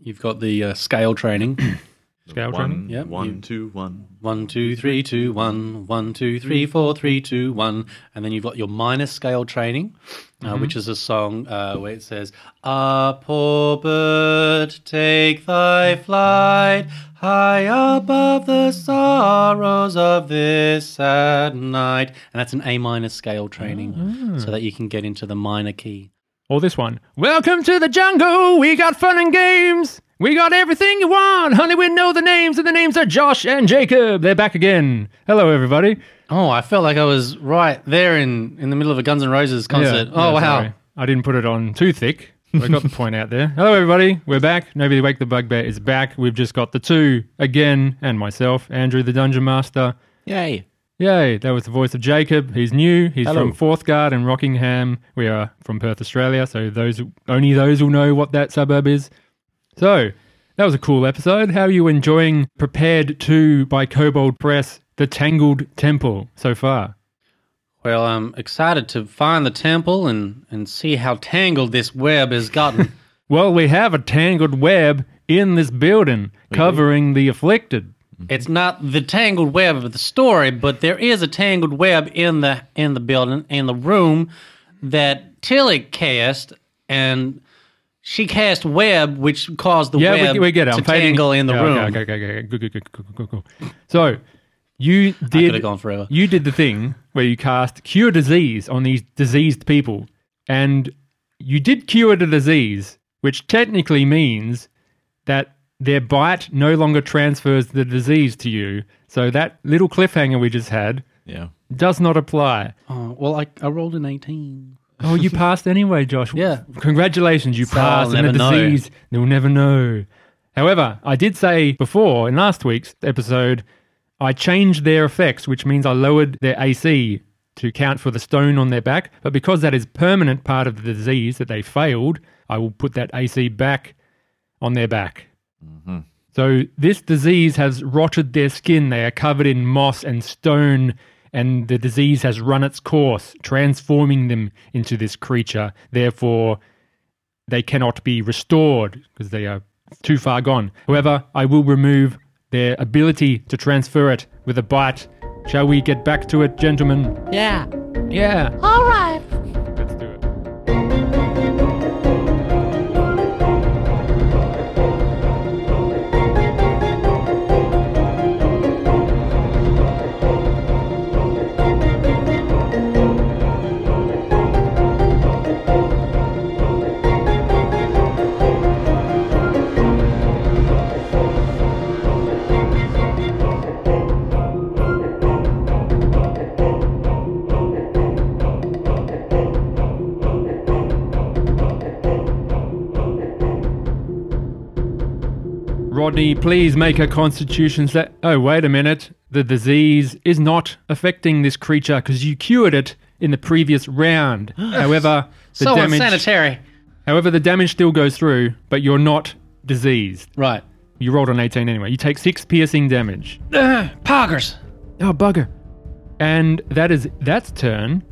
You've got the uh, scale training. Scale one, training? Yep, you- one, two, one. One, two, three, two, one. One, two, three, four, three, two, one. And then you've got your minor scale training, uh, which is a song uh, where it says, Ah, poor bird, take thy flight high above the sorrows of this sad night. And that's an A minor scale training so that you can get into the minor key. Or this one. Welcome to the jungle. We got fun and games. We got everything you want. Honey, we know the names, and the names are Josh and Jacob. They're back again. Hello, everybody. Oh, I felt like I was right there in, in the middle of a Guns N' Roses concert. Yeah, oh, yeah, wow. sorry. I didn't put it on too thick. but I got the point out there. Hello, everybody. We're back. Nobody Wake the Bugbear is back. We've just got the two again, and myself, Andrew the Dungeon Master. Yay. Yay, that was the voice of Jacob. He's new. He's Hello. from Forthguard in Rockingham. We are from Perth, Australia, so those only those will know what that suburb is. So, that was a cool episode. How are you enjoying Prepared 2 by Kobold Press, The Tangled Temple so far? Well, I'm excited to find the temple and, and see how tangled this web has gotten. Well, we have a tangled web in this building covering the afflicted. it's not the tangled web of the story, but there is a tangled web in the in the building in the room that Tilly cast, and she cast web, which caused the Yeah, web we, we get it. to I'm fading- tangle in the Yeah, okay, room. Okay, okay, okay, Good, good, good, good, good, good, good. So, you I could have did gone forever. you did the thing where you cast cure disease on these diseased people, and you did cure the disease, which technically means that their bite no longer transfers the disease to you. So that little cliffhanger we just had Yeah. does not apply. Oh, well, I, I rolled an 18. Oh, you passed anyway, Josh. Yeah. Congratulations, you passed. I'll And Ah, never the know. disease, they'll never know. However, I did say before in last week's episode, I changed their effects, which means I lowered their AC to count for the stone on their back. But because that is permanent part of the disease that they failed, I will put that AC back on their back. Mm-hmm. So this disease has rotted their skin. They are covered in moss and stone, and the disease has run its course, transforming them into this creature. Therefore, they cannot be restored because they are too far gone. However, I will remove their ability to transfer it with a bite. Shall we get back to it, gentlemen? Yeah. Yeah. All right. Let's do it. Rodney, please make a constitution sa- Oh, wait a minute. The disease is not affecting this creature because you cured it in the previous round. However, the so damage. unsanitary. However, the damage still goes through, but you're not diseased. Right. You rolled an 18 anyway. You take six piercing damage. Ugh, poggers. Oh bugger! And that is that's turn.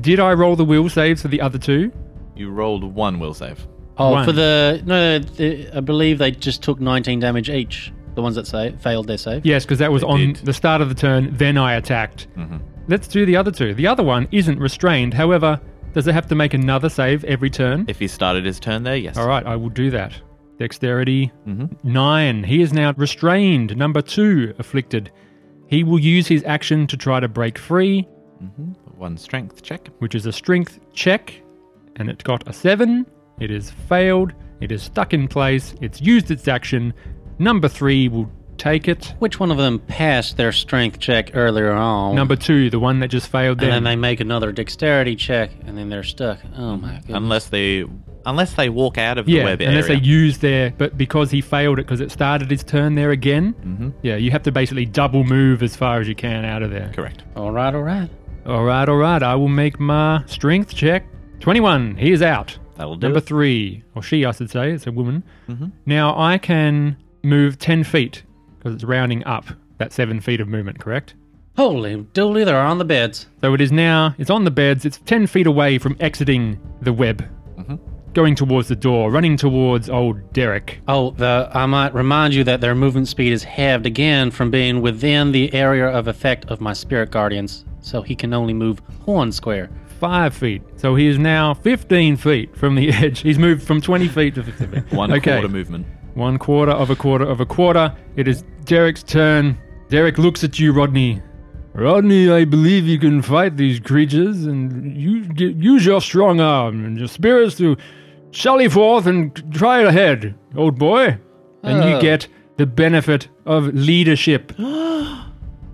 Did I roll the will saves for the other two? You rolled one will save. Oh, One. for the no, the, I believe they just took 19 damage each. The ones that say failed their save. Yes, because that was on did. the start of the turn. Then I attacked. Let's do the other two. The other one isn't restrained. However, does it have to make another save every turn? If he started his turn there, yes. All right, I will do that. Dexterity nine. He is now restrained. Number two, afflicted. He will use his action to try to break free, One strength check. which is a strength check, and it got a seven. It is failed. It is stuck in place. It's used its action. Number three will take it. Which one of them passed their strength check earlier on? Number two, the one that just failed. and Then, then they make another dexterity check, and then they're stuck. Oh my god! Unless they unless they walk out of the yeah, web unless area. they use their, but because he failed it, because it started his turn there again. Mm-hmm. Yeah, you have to basically double move as far as you can out of there. Correct. all right, all right. All right, all right. I will make my strength check. 21. He is out. That'll do. Number it. Mm-hmm. three, or she, I should say. It's a woman. Now I can move 10 feet because it's rounding up that seven feet of movement, correct? Holy dooly, they're on the beds. Mm-hmm. So it is now, it's on the beds, it's 10 feet away from exiting the web. going towards the door, running towards old Derek. Oh, the, I might remind you that their movement speed is halved again from being within the area of effect of my spirit guardians, so he can only move one square. Five feet. So he is now 15 feet from the edge. He's moved from 20 feet to 15 feet. One okay. quarter movement. One quarter of a quarter of a quarter. It is Derek's turn. Derek looks at you, Rodney. Rodney, I believe you can fight these creatures, and you g- use your strong arm and your spirits to sally forth and c- try ahead, old boy. And you Oh. get the benefit of leadership.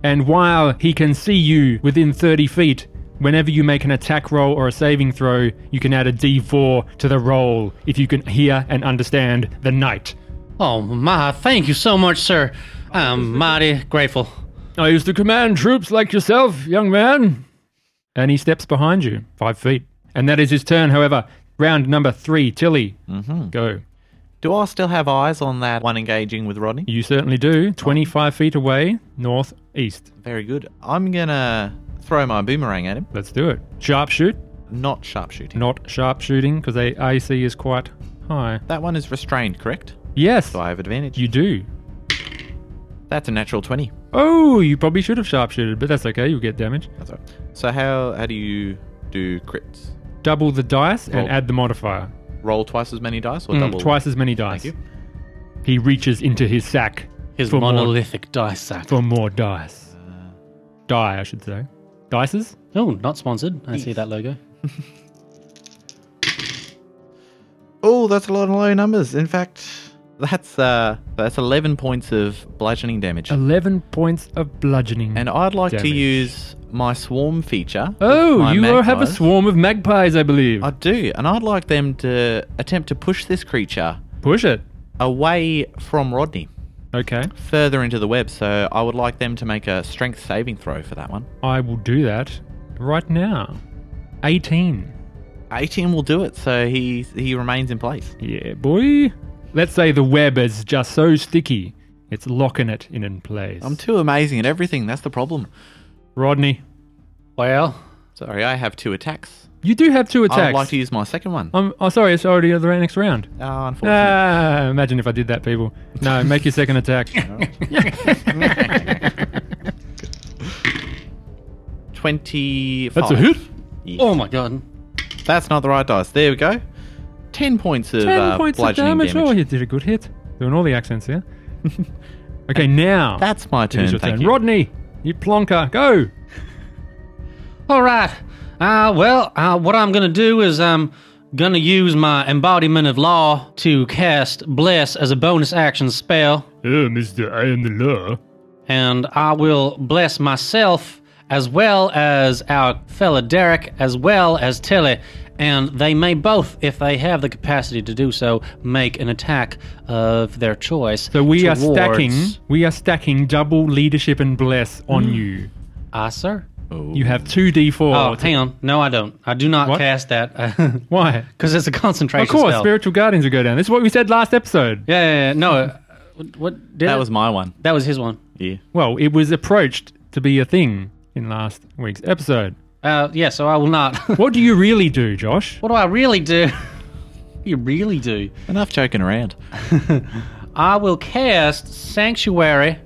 and while he can see you within 30 feet, whenever you make an attack roll or a saving throw, you can add a d4 to the roll if you can hear and understand the knight. Oh my, thank you so much, sir. I'm mighty grateful. I used to command troops like yourself, young man. And he steps behind you, five feet. And that is his turn, however. Round number three, Tilly. Mm-hmm. Go. Do I still have eyes on that one engaging with Rodney? You certainly do. 25 feet away, north, east. Very good. I'm gonna throw my boomerang at him. Let's do it. Sharpshoot, Not sharpshooting. not sharpshooting, because the AC is quite high. That one is restrained, correct? Yes, So I have advantage. you do. That's a natural twenty. Oh, you probably should have sharpshooted, but that's okay. You'll get damage. That's all right. So how how do you do crits? Double the dice and Roll. add the modifier. Roll twice as many dice or Mm, double? Twice as many dice. Thank you. He reaches into his sack His For more- monolithic dice sack. for more dice. Die, I should say. Dices? Oh, not sponsored. I see that logo. Oh, that's a lot of low numbers. In fact, that's uh that's eleven points of bludgeoning damage. 11 points of bludgeoning. And I'd like Damage. to use my swarm feature. oh, my you are- have a magpies. swarm of magpies, I believe. I do, and I'd like them to attempt to push this creature Push it. away from Rodney, Okay. further into the web. So I would like them to make a strength saving throw for that one. I will do that right now. 18. 18 will do it, so he he remains in place. Yeah, boy. Let's say the web is just so sticky, it's locking it in in place. I'm too amazing at everything. That's the problem. Rodney, Well, Sorry, I have two attacks. you do have two I'd attacks. like to use my second one. I'm oh, sorry, it's already the next round. Oh, unfortunately. Ah, imagine if I did that, people. No, make your second attack. 25. That's a hit. oh my god. That's not the right dice. There we go. 10 points of, 10 uh, points of bludgeoning damage. Oh, you did a good hit. Doing all the accents here. okay, now. That's my it is turn, your thank turn. you. Rodney, you plonker, go. All right. Uh, well, uh, what I'm going to do is I'm going to use my embodiment of law to cast Bless as a bonus action spell, Oh, mister, I am the law. and I will bless myself as well as our fella Derek, as well as Tilly, and they may both, if they have the capacity to do so, make an attack of their choice. So we are towards- stacking. We are stacking double leadership and bless on you. Ah, sir. You have two d4. Oh, hang on. No, I don't. I do not What? cast that Why? because it's a concentration Of course, spell. spiritual guardians will go down. This is what we said last episode. Yeah, yeah, yeah. no. uh, What, what did That it? was my one. That was his one. Yeah. Well, it was approached to be a thing in last week's episode. Uh, yeah, so I will not. What do you really do, Josh? what do I really do? you really do. Enough joking around. I will cast Sanctuary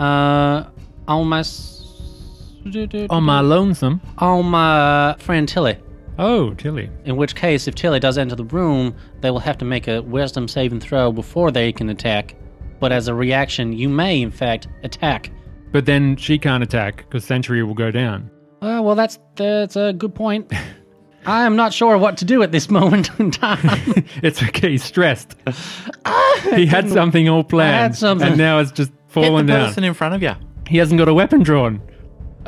uh, on my s- Oh, On my lonesome. on my friend Tilly. Oh, Tilly. In which case, if Tilly does enter the room, they will have to make a Wisdom saving throw before they can attack. But as a reaction, you may in fact attack. But then she can't attack because Century will go down. Uh, well, that's that's a good point. I am not sure what to do at this moment in time. It's okay. He's stressed. he had something all planned, something. and now it's just Hit the fallen down. person in front of you. He hasn't got a weapon drawn.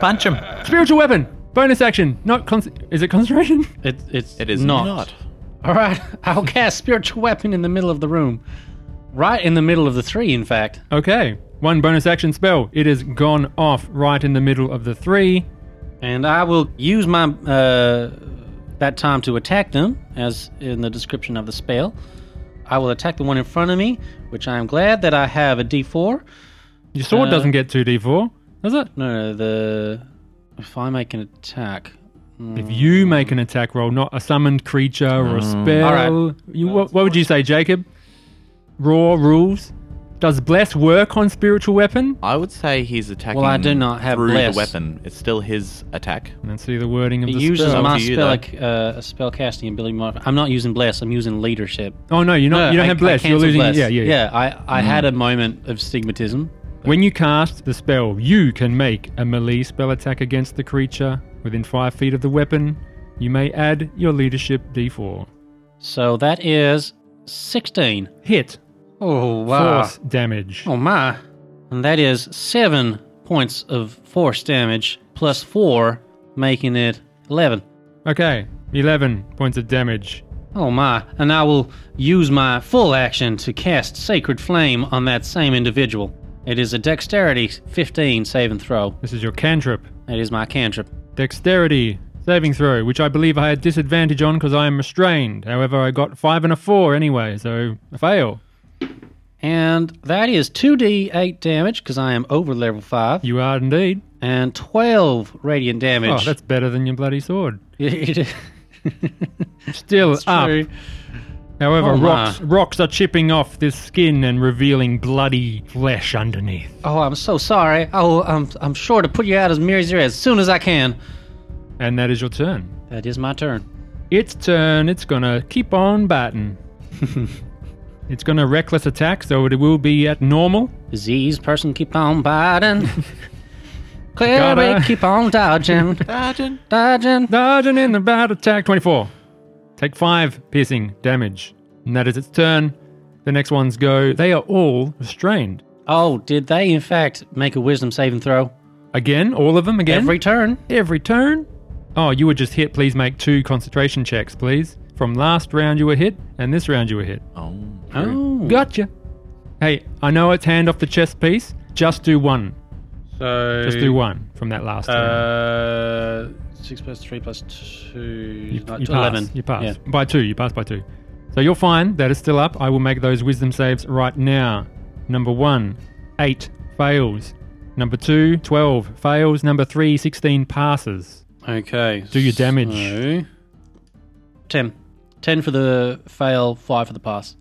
Punch him. Spiritual weapon. Bonus action. Not con- is it concentration? It, it's It is not. not. All right, I'll cast spiritual weapon in the middle of the room, right in the middle of the three. In fact, Okay. One bonus action spell. It is gone off right in the middle of the three. and I will use my uh, that time to attack them, as in the description of the spell. I will attack the one in front of me, which I am glad that I have a D4. Your sword Uh, doesn't get two d4, does it? No, no, the if I make an attack, If you make an attack roll, not a summoned creature or a Mm. spell, Alright. you, what, what would you say, Jacob? Raw rules. Does bless work on spiritual weapon? I would say he's attacking. do not have through bless. the weapon. It's still his attack. Let's see the wording of It the uses spell. up my to you, spell, though. like, uh, a spell casting ability. Modifier. I'm not using bless. I'm using leadership. oh no, you're not. you don't I- have I bless. You're cancelled losing. bless. Yeah, yeah, yeah. Mm. yeah. I, I had a moment of stigmatism. When you cast the spell, you can make a melee spell attack against the creature within five feet of the weapon. You may add your leadership d4. So that is 16. Hit Oh, force damage. Oh, my. And that is seven points of force damage plus four, making it 11. Okay, 11 points of damage. Oh, my. And I will use my full action to cast Sacred Flame on that same individual. It is a dexterity 15 save and throw. This is your cantrip. That is my cantrip. Dexterity saving throw, which I believe I had disadvantage on because I am restrained. However, I got five and a four anyway, so a fail. And that is 2d8 damage because I am over level 5, You are indeed. and 12 radiant damage. Oh, that's better than your bloody sword. It is- Still it's up. true. However, Oh, my. rocks rocks are chipping off this skin and revealing bloody flesh underneath. Oh, I'm so sorry. Oh, I'm, I'm sure to put you out as Mirror as soon as I can. And that is your turn. That is my turn. Its turn. It's gonna keep on batting. it's gonna reckless attack, so it will be at normal. Disease person keep on biting. Clear Gotta- we keep on dodging, dodging. Dodging in the bat attack 24. Take five piercing damage. And that is its turn. The next ones go. They are all restrained. Oh, did they in fact make a wisdom saving throw Again, all of them again. every turn? every turn. Oh, you were just hit. Please make two concentration checks, please. From last round you were hit, and this round you were hit. Oh. Oh, Gotcha. Hey, I know it's hand off the chest piece. Just do one. so Just do one from that last round. Uh, six plus three plus two. You, not you pass. Uh, eleven. You pass Yeah. by two. You pass by two. So you're fine. That is still up. I will make those wisdom saves right now. Number one, eight fails. Number two, 12 fails. Number three, 16 passes. Okay. Do your damage. so- Ten. Ten for the fail. Five for the pass.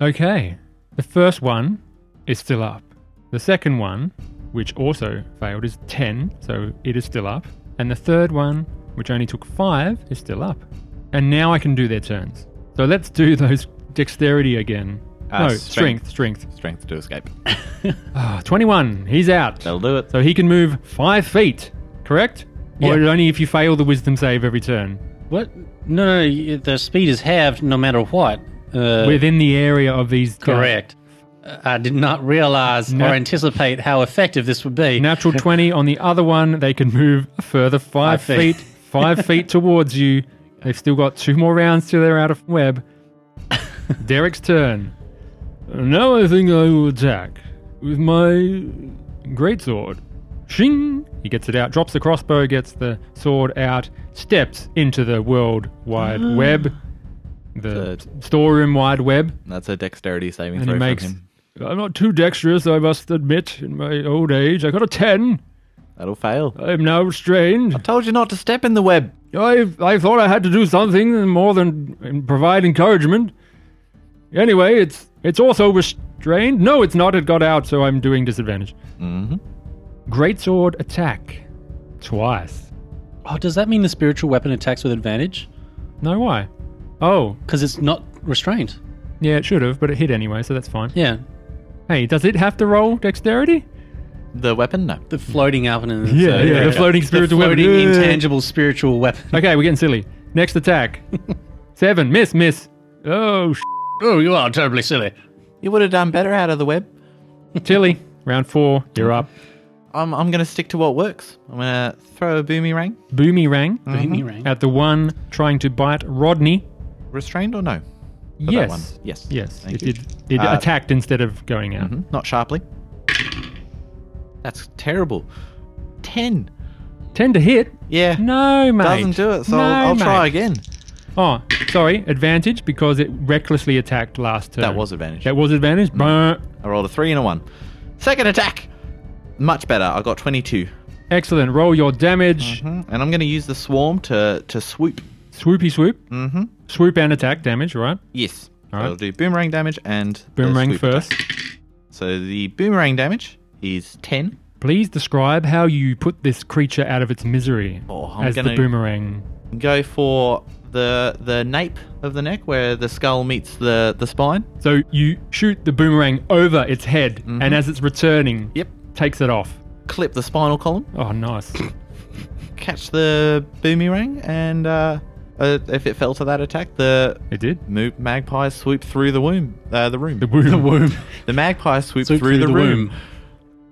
Okay. The first one is still up. The second one, which also failed, is 10, so it is still up. And the third one, which only took 5, is still up. And now I can do their turns. So let's do those dexterity again. Uh, no, strength, strength. strength. Strength to escape. Ah, 21. He's out. That'll do it. So he can move 5 feet, correct? Or Yeah. only if you fail the wisdom save every turn. What? No, no, no. y- The speed is halved no matter what. Uh, Within the area of these. correct. Uh, I did not realize No. or anticipate how effective this would be. Natural 20 on the other one, they can move a further five, Five feet. feet, five feet towards you. They've still got two more rounds till they're out of web. Derek's turn. Now I think I will attack with my greatsword. Shing! He gets it out, drops the crossbow, gets the sword out, steps into the world wide web, the The- storeroom wide web, That's a dexterity saving and throw he makes. from him. I'm not too dexterous, I must admit, in my old age. I got a 10. That'll fail. I am now restrained. Told you not to step in the web. I, I thought I had to do something more than provide encouragement. Anyway, it's it's also restrained. No, it's not. It got out, so I'm doing disadvantage. Mm-hmm. Greatsword attack. Twice. Oh, does that mean the spiritual weapon attacks with advantage? No, why? Oh, Because it's not restrained. yeah, it should have, but it hit anyway, so that's fine. Yeah. Hey, does it have to roll dexterity? The weapon? No. The floating up and in Yeah, yeah, the floating spiritual the weapon. floating Yeah. intangible spiritual weapon. Okay, we're getting silly. Next attack. Seven. Miss, miss. Oh, sh- Oh, you are terribly silly. You would have done better out of the web. Tilly. Round four. You're up. I'm, I'm going to stick to what works. I'm going to throw a boomerang. Boomy rang. Mm. Boomerang. at the one trying to bite Rodney. Restrained or no? For that one. Yes. Yes. Yes. Thank it you. did. It Uh, attacked instead of going out. Mhm. Not sharply. That's terrible. 10. Ten to hit. Yeah. No, mate. Doesn't do it, so No, I'll, I'll try mate. again. Oh, sorry. Advantage because it recklessly attacked last turn. That was advantage. Mm-hmm. That was advantage. Brr. I rolled a 3 and a 1. Second attack! Much better. I got 22. Excellent. Roll your damage. Mhm. And I'm going to use the swarm to to swoop. Swoopy swoop. Mm-hmm. Swoop and attack damage, right? Yes. All All right. right. I'll do boomerang damage and the Boomerang swoop first. attack. So the boomerang damage is ten. Please describe how you put this creature out of its misery Oh, I'm as the gonna- boomerang. Go for the the nape of the neck where the skull meets the the spine. So you shoot the boomerang over its head, and as it's returning, Mm-hmm. Yep. takes it off. Clip the spinal column. Oh, nice. Catch the boomerang and uh, uh, if it fell to that attack, the it did. mo- magpie swoop through the womb. Uh, the room. The womb. The womb. The magpie swoop Swoop through, the, room.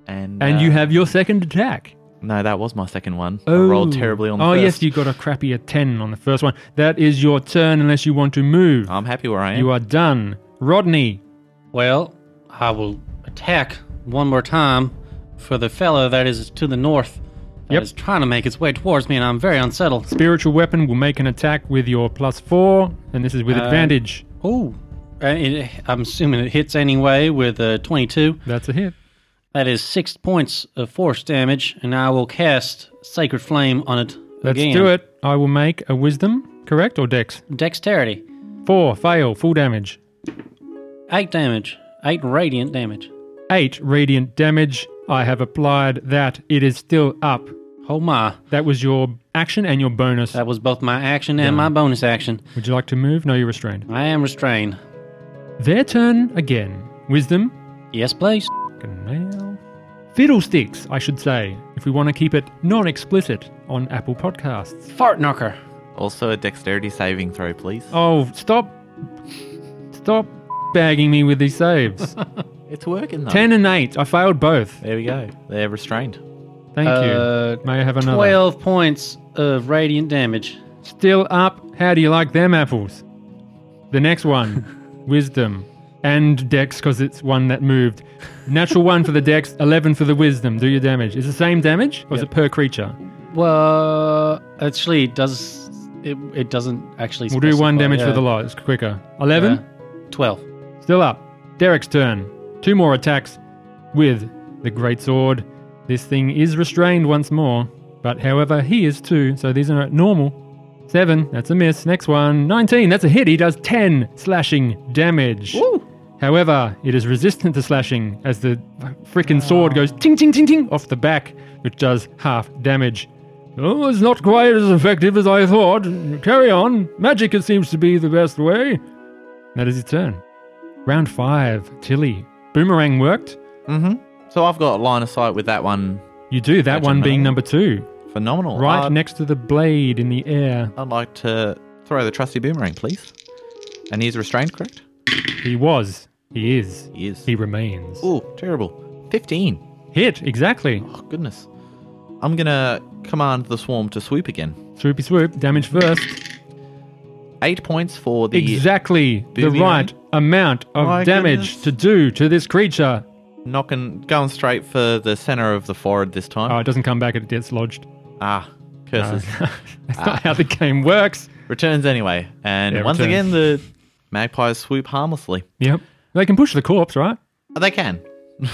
And And uh, you have your second attack. no. That was my second one. I rolled terribly on. The Oh, yes, first. you got a crappier 10 on the first one. That is your turn unless you want to move. I'm happy where I am. You are done. Rodney. Well, I will attack one more time for the fellow that is to the north that is Yep. trying to make its way towards me, and I'm very unsettled. Spiritual weapon will make an attack with your plus four, and this is with Uh, advantage. Oh, I'm assuming it hits anyway with a 22. That's a hit. That is six points of force damage, and I will cast Sacred Flame on it Let's again. do it. I will make a wisdom, correct, or dex? Dexterity. Four, fail, full damage. Eight damage. Eight radiant damage. Eight radiant damage. I have applied that. It is still up. Oh my. That was your action and your bonus. That was both my action and my bonus action. Would you like to move? No, you're restrained. I am restrained. Their turn again. Wisdom, Yes, please. Genau. Fiddlesticks, I should say, if we want to keep it non explicit on Apple Podcasts. Fart knocker. Also a dexterity saving throw, please. Oh, stop. Stop bagging me with these saves. It's working though. 10 and 8. I failed both. There we go. They're restrained. Thank Uh, you. May I have another? 12 points of radiant damage. Still up. How do you like them apples? The next one Wisdom. And Dex, because it's one that moved. Natural 1 for the Dex, 11 for the Wisdom. Do your damage. Is it the same damage, or is it per creature? Well, actually, it does. It, it doesn't actually. We'll do one specify, damage yeah. Uh, for the lot. It's quicker. 11? Yeah. 12. Still up. Derek's turn. Two more attacks with the great sword. This thing is restrained once more, but however he is too, so these are at normal. Seven, that's a miss. Next one, 19, that's a hit. He does 10 slashing damage. However, it is resistant to slashing as the frickin' sword goes ting ting ting ting off the back, which does half damage. Oh, it's not quite as effective as I thought. Carry on. Magic, it seems to be the best way. That is his turn. Round five, Tilly. Boomerang worked. So I've got line of sight with that one. You do, Imagine that one that. Uh, being number two. Phenomenal. Right I'd, next to the blade in the air. I'd like to throw the trusty boomerang, please. And he's restrained, correct? He was. He is. He is. He remains. Oh, terrible. 15. Hit, exactly. Oh, goodness. I'm going to command the swarm to swoop again. Swoopy swoop, damage first. Eight points for the Exactly the Boomerang? right amount of My damage goodness. to do to this creature. knocking, going straight for the center of the forehead this Oh, time. it doesn't come back, it gets lodged. Ah, Uh, No. curses. That's not how the game works. Returns anyway. And Yeah, once returns. again, the magpies swoop harmlessly. Yep. They can push the corpse, right? Oh, They can.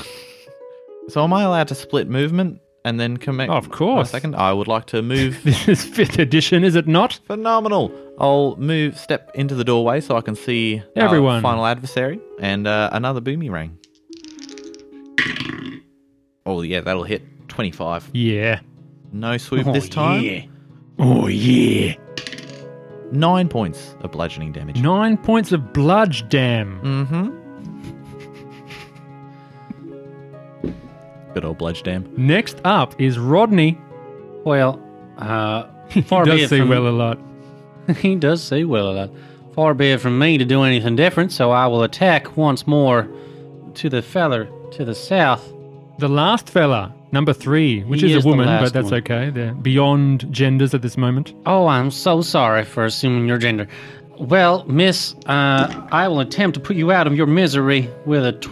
so am I allowed to split movement and then commit? Of course. A second, I would like to move. This is fifth edition, is it not? Phenomenal. I'll move, step into the doorway so I can see our Everyone. final adversary and uh, another boomerang. Oh yeah, that'll hit twenty-five. Yeah. No swoop Oh, this time. yeah. Oh, yeah. Nine points of bludgeoning damage. Nine points of bludge dam. Mm-hmm. Good old bludge dam. Next up is Rodney. Well, uh, He far be it does see from well a lot. he does see well a lot. Far be it from me to do anything different, so I will attack once more to the feller to the south. The last fella, number three, which He is, is a the woman, but last that's one. okay. They're beyond genders at this moment. Oh, I'm so sorry for assuming your gender. Well, miss, uh, I will attempt to put you out of your misery with a tw-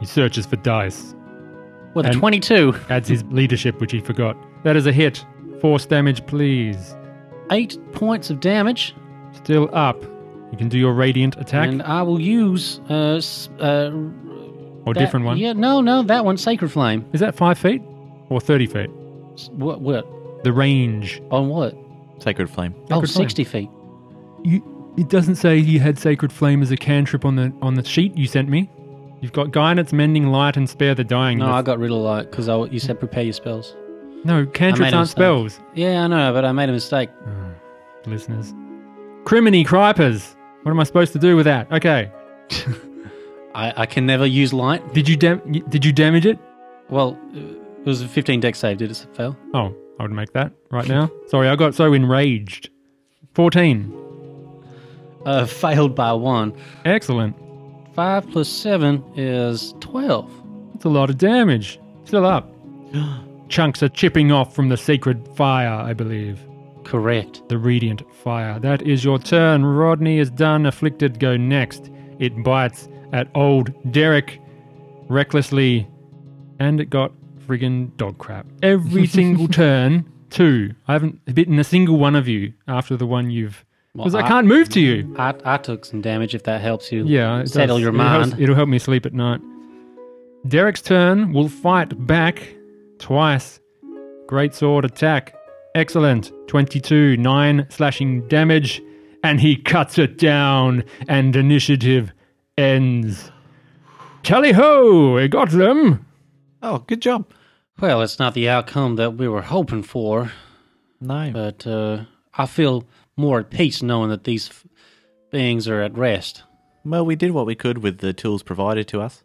He searches for dice. with And- a 22. Adds his leadership, which he forgot. That is a hit. Force damage, please. 8 points of damage Still up. You can do your radiant attack and I will use uh, s- uh or that- different one. Yeah, no, no, that one sacred flame. Is that five feet or thirty feet? S- What? What? The range. On what? Sacred flame. Oh, Sacred flame. 60 feet. You, it doesn't say you had sacred flame as a cantrip on the on the sheet you sent me. You've got guidance, mending light, and spare the dying. No, The- I got rid of light because you said prepare your spells. no cantrips a aren't mistake. spells, Yeah, I know, but I made a mistake. listeners. Criminy cripers. What am I supposed to do with that? Okay. I, I can never use light. Did you dam- y- did you damage it? Well, it was a 15 deck save. Did it fail? Oh, I would make that right now. Sorry, I got so enraged. Fourteen. Uh, failed by one. Excellent. 5 plus 7 is 12. That's a lot of damage. Still up. Chunks are chipping off from the sacred fire, I believe. Correct. The radiant fire. That is your turn. Rodney is done. Afflicted, go next. It bites at old Derek recklessly, and it got friggin' dog crap. Every single turn, two. I haven't bitten a single one of you after the one you've. Because I, I- can't move to you. I, I took some damage if that helps you Yeah, it settle does. your It'll help- mind. It'll help me sleep at night. Derek's turn will fight back twice. Great sword attack. Excellent. 22, 9 slashing damage. And he cuts it down, and initiative ends. Tally ho! I got them! Oh, good job. Well, it's not the outcome that we were hoping for, No. but uh, I feel more at peace knowing that these f- beings are at rest. Well, we did what we could with the tools provided to us.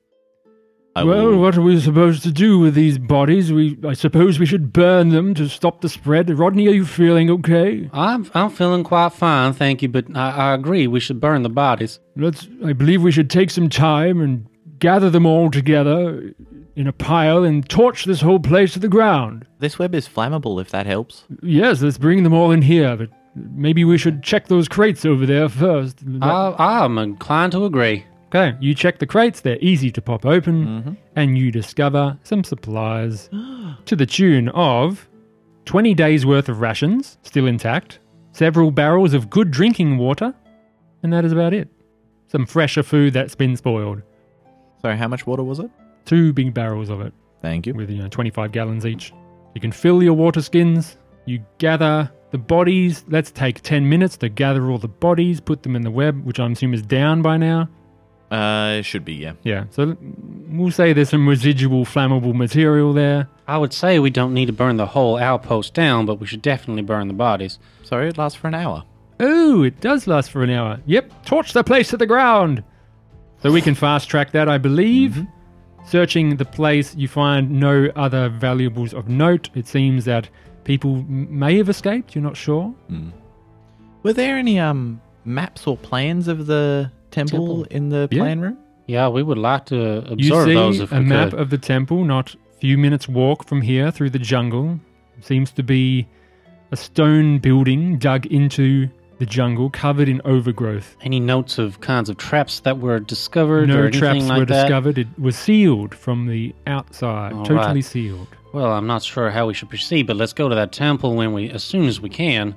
I well, will- what are we supposed to do with these bodies? We, I suppose we should burn them to stop the spread. Rodney, are you feeling okay? I'm I'm feeling quite fine, thank you. But I, I agree, we should burn the bodies. Let's. I believe we should take some time and gather them all together in a pile and torch this whole place to the ground. this web is flammable if that helps. Yes, let's bring them all in here, but maybe we should check those crates over there first. I, I'm inclined to agree. okay, you check the crates. They're easy to pop open, and you discover some supplies to the tune of 20 days worth of rations still intact, several barrels of good drinking water, and that is about it. Some fresher food that's been spoiled. So, how much water was it? two big barrels of it Thank you. with you know 25 gallons each. You can fill your water skins. You gather the bodies. Let's take 10 minutes to gather all the bodies, put them in the web, which I assume is down by now. Uh, it should be, yeah. Yeah. So l- we'll say there's some residual flammable material there. I would say we don't need to burn the whole outpost down, but we should definitely burn the bodies. Sorry, it lasts for an hour. Oh, it does last for an hour. Yep. Torch the place to the ground. So we can fast track that, I believe. Searching the place, you find no other valuables of note. It seems that people m- may have escaped. You're not sure. Were there any um maps or plans of the Temple. temple, in the Yeah. plan room? Yeah, we would like to You observe see those if a we map could. of the temple, not few minutes walk from here through the jungle. Seems to be a stone building dug into the jungle, covered in overgrowth. Any notes of kinds of traps that were discovered or no anything traps like were that? discovered. It was sealed from the outside, All totally right. sealed. Well, I'm not sure how we should proceed, but let's go to that temple when we, as soon as we can.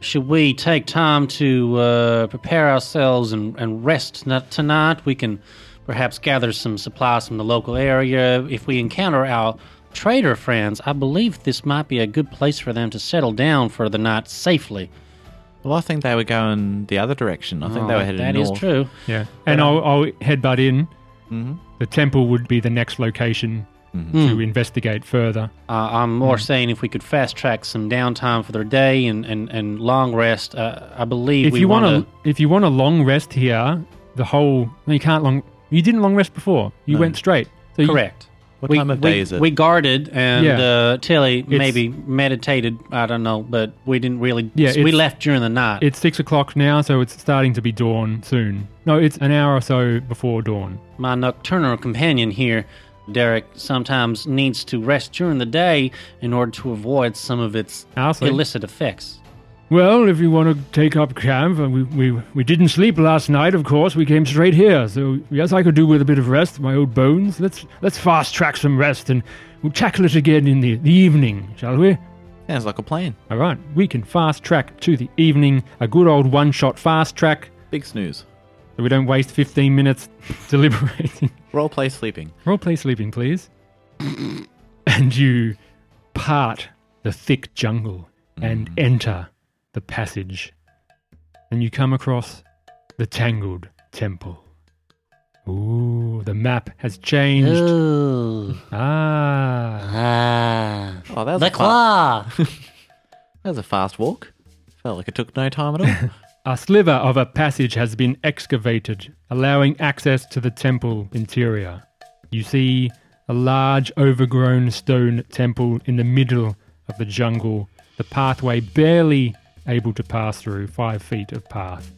Should we take time to uh, prepare ourselves and, and rest n- tonight? We can perhaps gather some supplies from the local area. If we encounter our trader friends, I believe this might be a good place for them to settle down for the night safely. Well, I think they were going the other direction. I think they were headed Oh, That is north. true. Yeah, and I'll, I'll headbutt in. Mm-hmm. The temple would be the next location to investigate further. Uh, I'm Hmm. more saying if we could fast track some downtime for their day and, and, and long rest, uh, I believe if we you want want to, if you want a long rest here, the whole no, you can't long. You didn't long rest before. You went straight. So you- Correct. What time of day is it? We guarded and Yeah. uh, Tilly maybe meditated. I don't know, but we didn't really. Yeah, we it's- left during the night. it's six o'clock now, so it's starting to be dawn soon. No, it's an hour or so before dawn. My nocturnal companion here, Derek, sometimes needs to rest during the day in order to avoid some of its I'll sleep. illicit effects. Well, if you want to take up camp, and we, we we didn't sleep last night. Of course, we came straight here. So yes, I could do with a bit of rest. My old bones. Let's let's fast track some rest, and we'll tackle it again in the, the evening, shall we? Sounds like a plan. All right, we can fast track to the evening. A good old one-shot fast track. Big snooze. So we don't waste 15 minutes deliberating. Role play sleeping. Roleplay sleeping, please. and you part the thick jungle and enter the passage. And you come across the Tangled Temple. Ooh, the map has changed. Oh. Ooh. Ah. Ah. Oh, that was the a fast, claw. that was a fast walk. Felt like it took no time at all. A sliver of a passage has been excavated, allowing access to the temple interior. You see a large overgrown stone temple in the middle of the jungle, the pathway barely able to pass through five feet of path.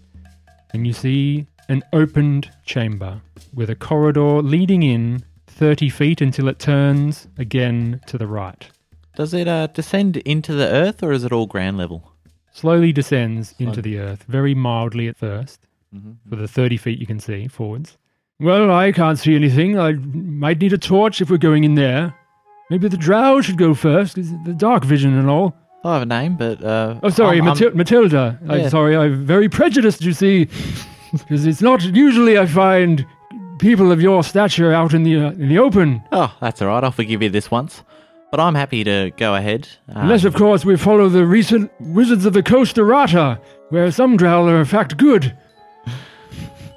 And you see an opened chamber with a corridor leading in 30 feet until it turns again to the right. Does it uh, descend into the earth or is it all ground level? slowly descends into the earth, very mildly at 1st Mm-hmm. for the 30 feet you can see forwards. Well, I can't see anything. I might need a torch if we're going in there. Maybe the drow should go first, 'cause the dark vision and all. I have a name, but uh, Oh, sorry, I'm- I'm- Matil- Matilda. Yeah. I'm sorry, I'm very prejudiced, you see, because it's not usually I find people of your stature out in the uh, in the open, Oh, that's all right. I'll forgive you this once. But I'm happy to go ahead. Um, unless, of course, we follow the recent Wizards of the Coast errata, where some drow are in fact good.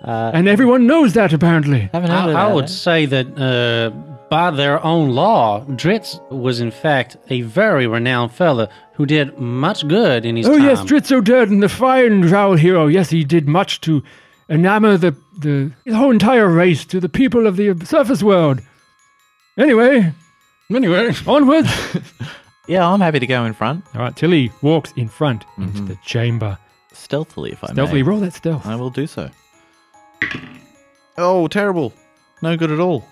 uh, And everyone knows that, apparently. haven't heard I, of I that, would eh? say that uh, by their own law, Dritz was in fact a very renowned fella who did much good in his Oh, time. yes, Dritz O'Durden, the fine drow hero. Yes, he did much to enamor the, the, the whole entire race to the people of the surface world. Anyway, Anyway, onwards. Yeah, I'm happy to go in front All right, Tilly walks in front into the chamber. stealthily if I Stealthily, may. roll that stealth. I will do so. Oh, terrible! No good at all.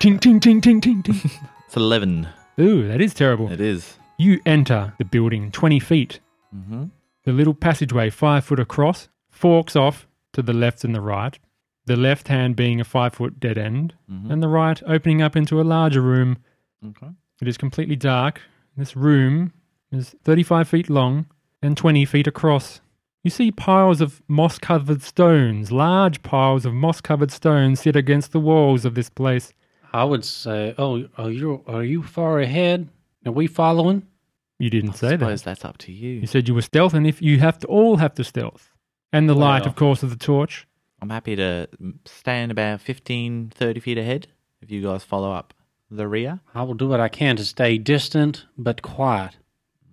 Ting, ting, ting, ting, ting, ting. It's eleven. Ooh, that is terrible. It is. You enter the building 20 feet. Mhm. The little passageway, five foot across, forks off to the left and the right. The left hand being a five foot dead end, and the right opening up into a larger room. Okay. It is completely dark. This room is 35 feet long and 20 feet across. You see piles of moss covered stones, large piles of moss covered stones sit against the walls of this place. I would say. Oh, are you are you far ahead? Are we following? You didn't I say that. suppose that's up to You you. said you were stealth, and if you have to all have to stealth, and the light, Well. of course, of the torch. I'm happy to stand about 15, 30 feet ahead if you guys follow up the rear. I will do what I can to stay distant but quiet.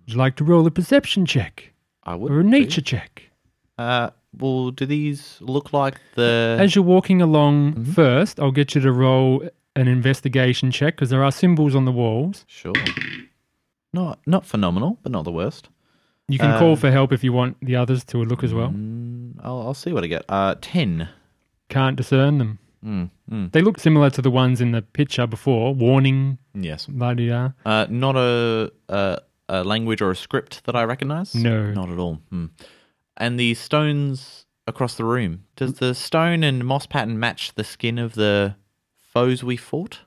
Would you like to roll a perception check I would. or a do. nature check? Uh, well, do these look like the? As you're walking along Mm-hmm. first, I'll get you to roll an investigation check because there are symbols on the walls. sure. Not not phenomenal, but not the worst. You can Uh, call for help if you want the others to look as well. Mm, I'll, I'll see what I get. Uh, ten. Can't discern them. Mm, mm, They look similar to the ones in the picture before. Warning, yes. la di da. Uh, not a, a a language or a script that I recognise. No. not at all. Hmm. And the stones across the room. Does the stone and moss pattern match the skin of the foes we fought?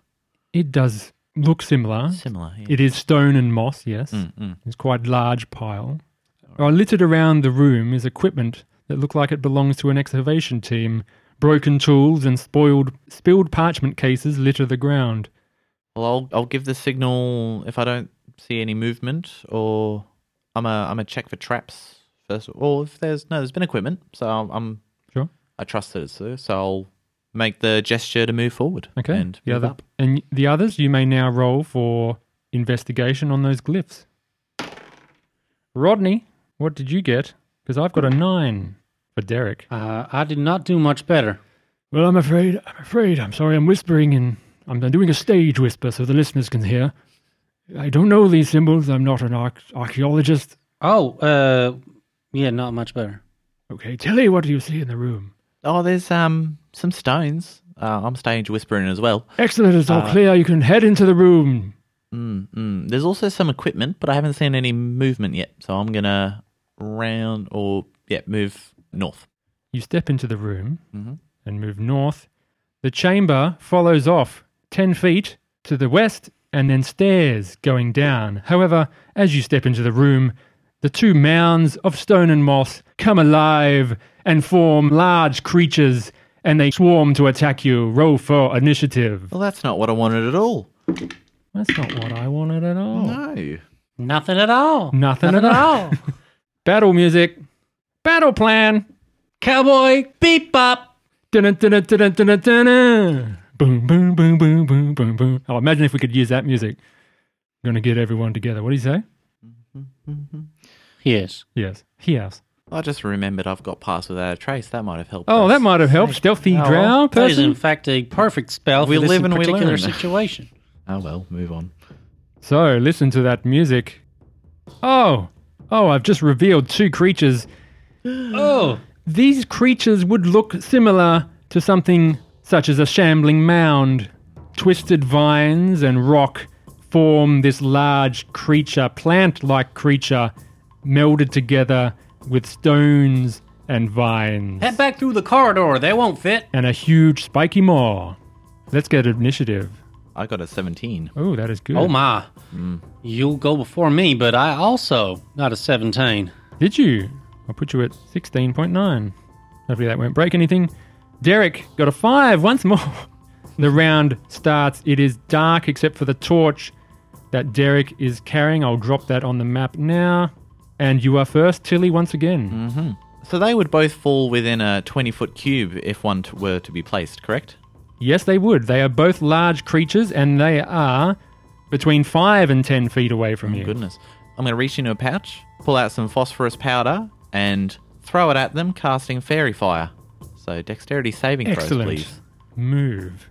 It does look similar. Similar. Yeah. It is stone and moss, yes. Mm, mm. It's quite a large pile. Uh, littered around the room is equipment that look like it belongs to an excavation team. Broken tools and spoiled, spilled parchment cases litter the ground. Well, I'll I'll give the signal if I don't see any movement, or I'm a I'm a check for traps first. Or if there's no, there's been equipment, so I'm, I'm Sure. I trust that it's there. So I'll make the gesture to move forward. Okay. and the move other up. and the others, you may now roll for investigation on those glyphs. Rodney, what did you get? Because I've got a nine for Derek. Uh, I did not do much better. Well, I'm afraid. I'm afraid. I'm sorry. I'm whispering and I'm doing a stage whisper so the listeners can hear. I don't know these symbols. I'm not an arch- archaeologist. Oh, uh, yeah, not much better. Okay, Tilly, what do you see in the room? Oh, there's um some stones. Uh, I'm stage whispering as well. Excellent. It's all clear. You can head into the room. Mm, mm. There's also some equipment, but I haven't seen any movement yet. So I'm gonna round or yeah move north. You step into the room Mhm. and move north. The chamber follows off 10 feet to the west and then stairs going down. However, as you step into the room, the two mounds of stone and moss come alive and form large creatures and they swarm to attack you. Roll for initiative. Well, that's not what I wanted at all. That's not what I wanted at all. No. Nothing at all. Nothing at all. Battle music. Battle plan. Cowboy beep bop. Dun dun dun dun dun Boom boom boom boom boom boom boom. Oh, imagine if we could use that music. I'm gonna get everyone together. What do you say? Yes. Yes. Yes. I just remembered I've got Pass Without a Trace. That might have helped. Oh, us. that might have helped. Stealthy Oh, well, drow That is, in person. fact, a perfect spell for We this live and we particular learn. situation. Oh, well, move on. So listen to that music. Oh, oh! I've just revealed two creatures. Oh, These creatures would look similar to something such as a shambling mound. Twisted vines and rock form this large creature, plant like creature, melded together with stones and vines. head back through the corridor. They won't fit. And a huge spiky maw. Let's get initiative. I got a 17. Oh, that is good. Oh my! You'll go before me, but I also got a seventeen. Did you? I'll put you at 16.9. Hopefully that won't break anything. Derek got a 5 once more. the round starts. It is dark except for the torch that Derek is carrying. I'll drop that on the map now. And you are first, Tilly, once again. Hmm. So they would both fall within a 20 foot cube if one t- were to be placed, correct? Yes, they would. They are both large creatures and they are between 5 and 10 feet away from you. Goodness. I'm going to reach into a pouch, pull out some phosphorus powder, and throw it at them, casting fairy fire. So dexterity saving Excellent throws, please. move.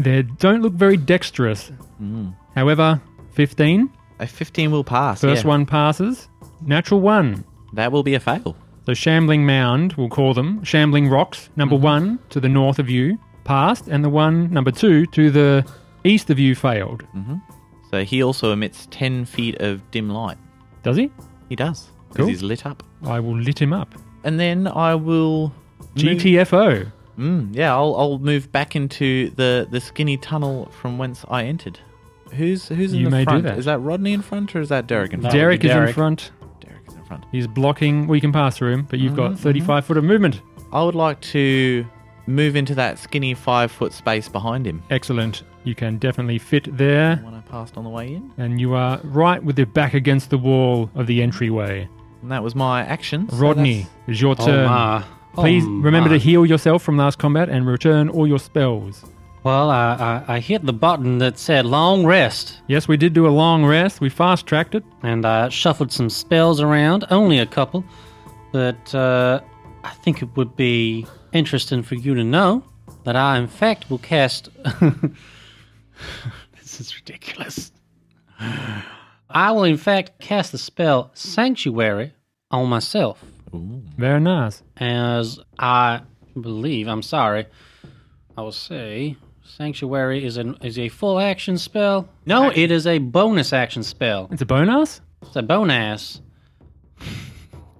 They don't look very dexterous. Hmm. However, 15. A 15 will pass. First yeah. one passes. Natural one. That will be a fail. So Shambling Mound, we'll call them. Shambling Rocks, number Mm-hmm. one to the north of you, passed. And the one, number two, to the east of you failed. Mm-hmm. So he also emits 10 feet of dim light. Does he? He does. Because Cool. he's lit up. I will lit him up. And then I will. GTFO. Mm, yeah, I'll, I'll move back into the, the skinny tunnel from whence I entered. Who's who's in You the may do front? that. Is that Rodney in front or is that Derek in No. front? Derek is in Derek. front. Derek is in front. He's blocking. We can pass through him, but you've Mm-hmm, got 35 foot of movement. I would like to move into that skinny five foot space behind him. Excellent. You can definitely fit there. When I passed on the way in, And you are right with your back against the wall of the entryway. and that was my action. so Rodney, that's- it's your Oh turn. my! Oh uh, Please remember my. to heal yourself from last combat and return all your spells. Well, I, I I hit the button that said long rest, Yes, we did do a long rest. We fast tracked it. and I shuffled some spells around, only a couple, but uh, I think it would be interesting for you to know that I, in fact, will cast. this is ridiculous. I will, in fact, cast the spell Sanctuary on myself. Very nice. as I believe. I'm sorry. I will say sanctuary is an is a full action spell. No, it is a bonus action spell. It's a bonus? It's a bonus.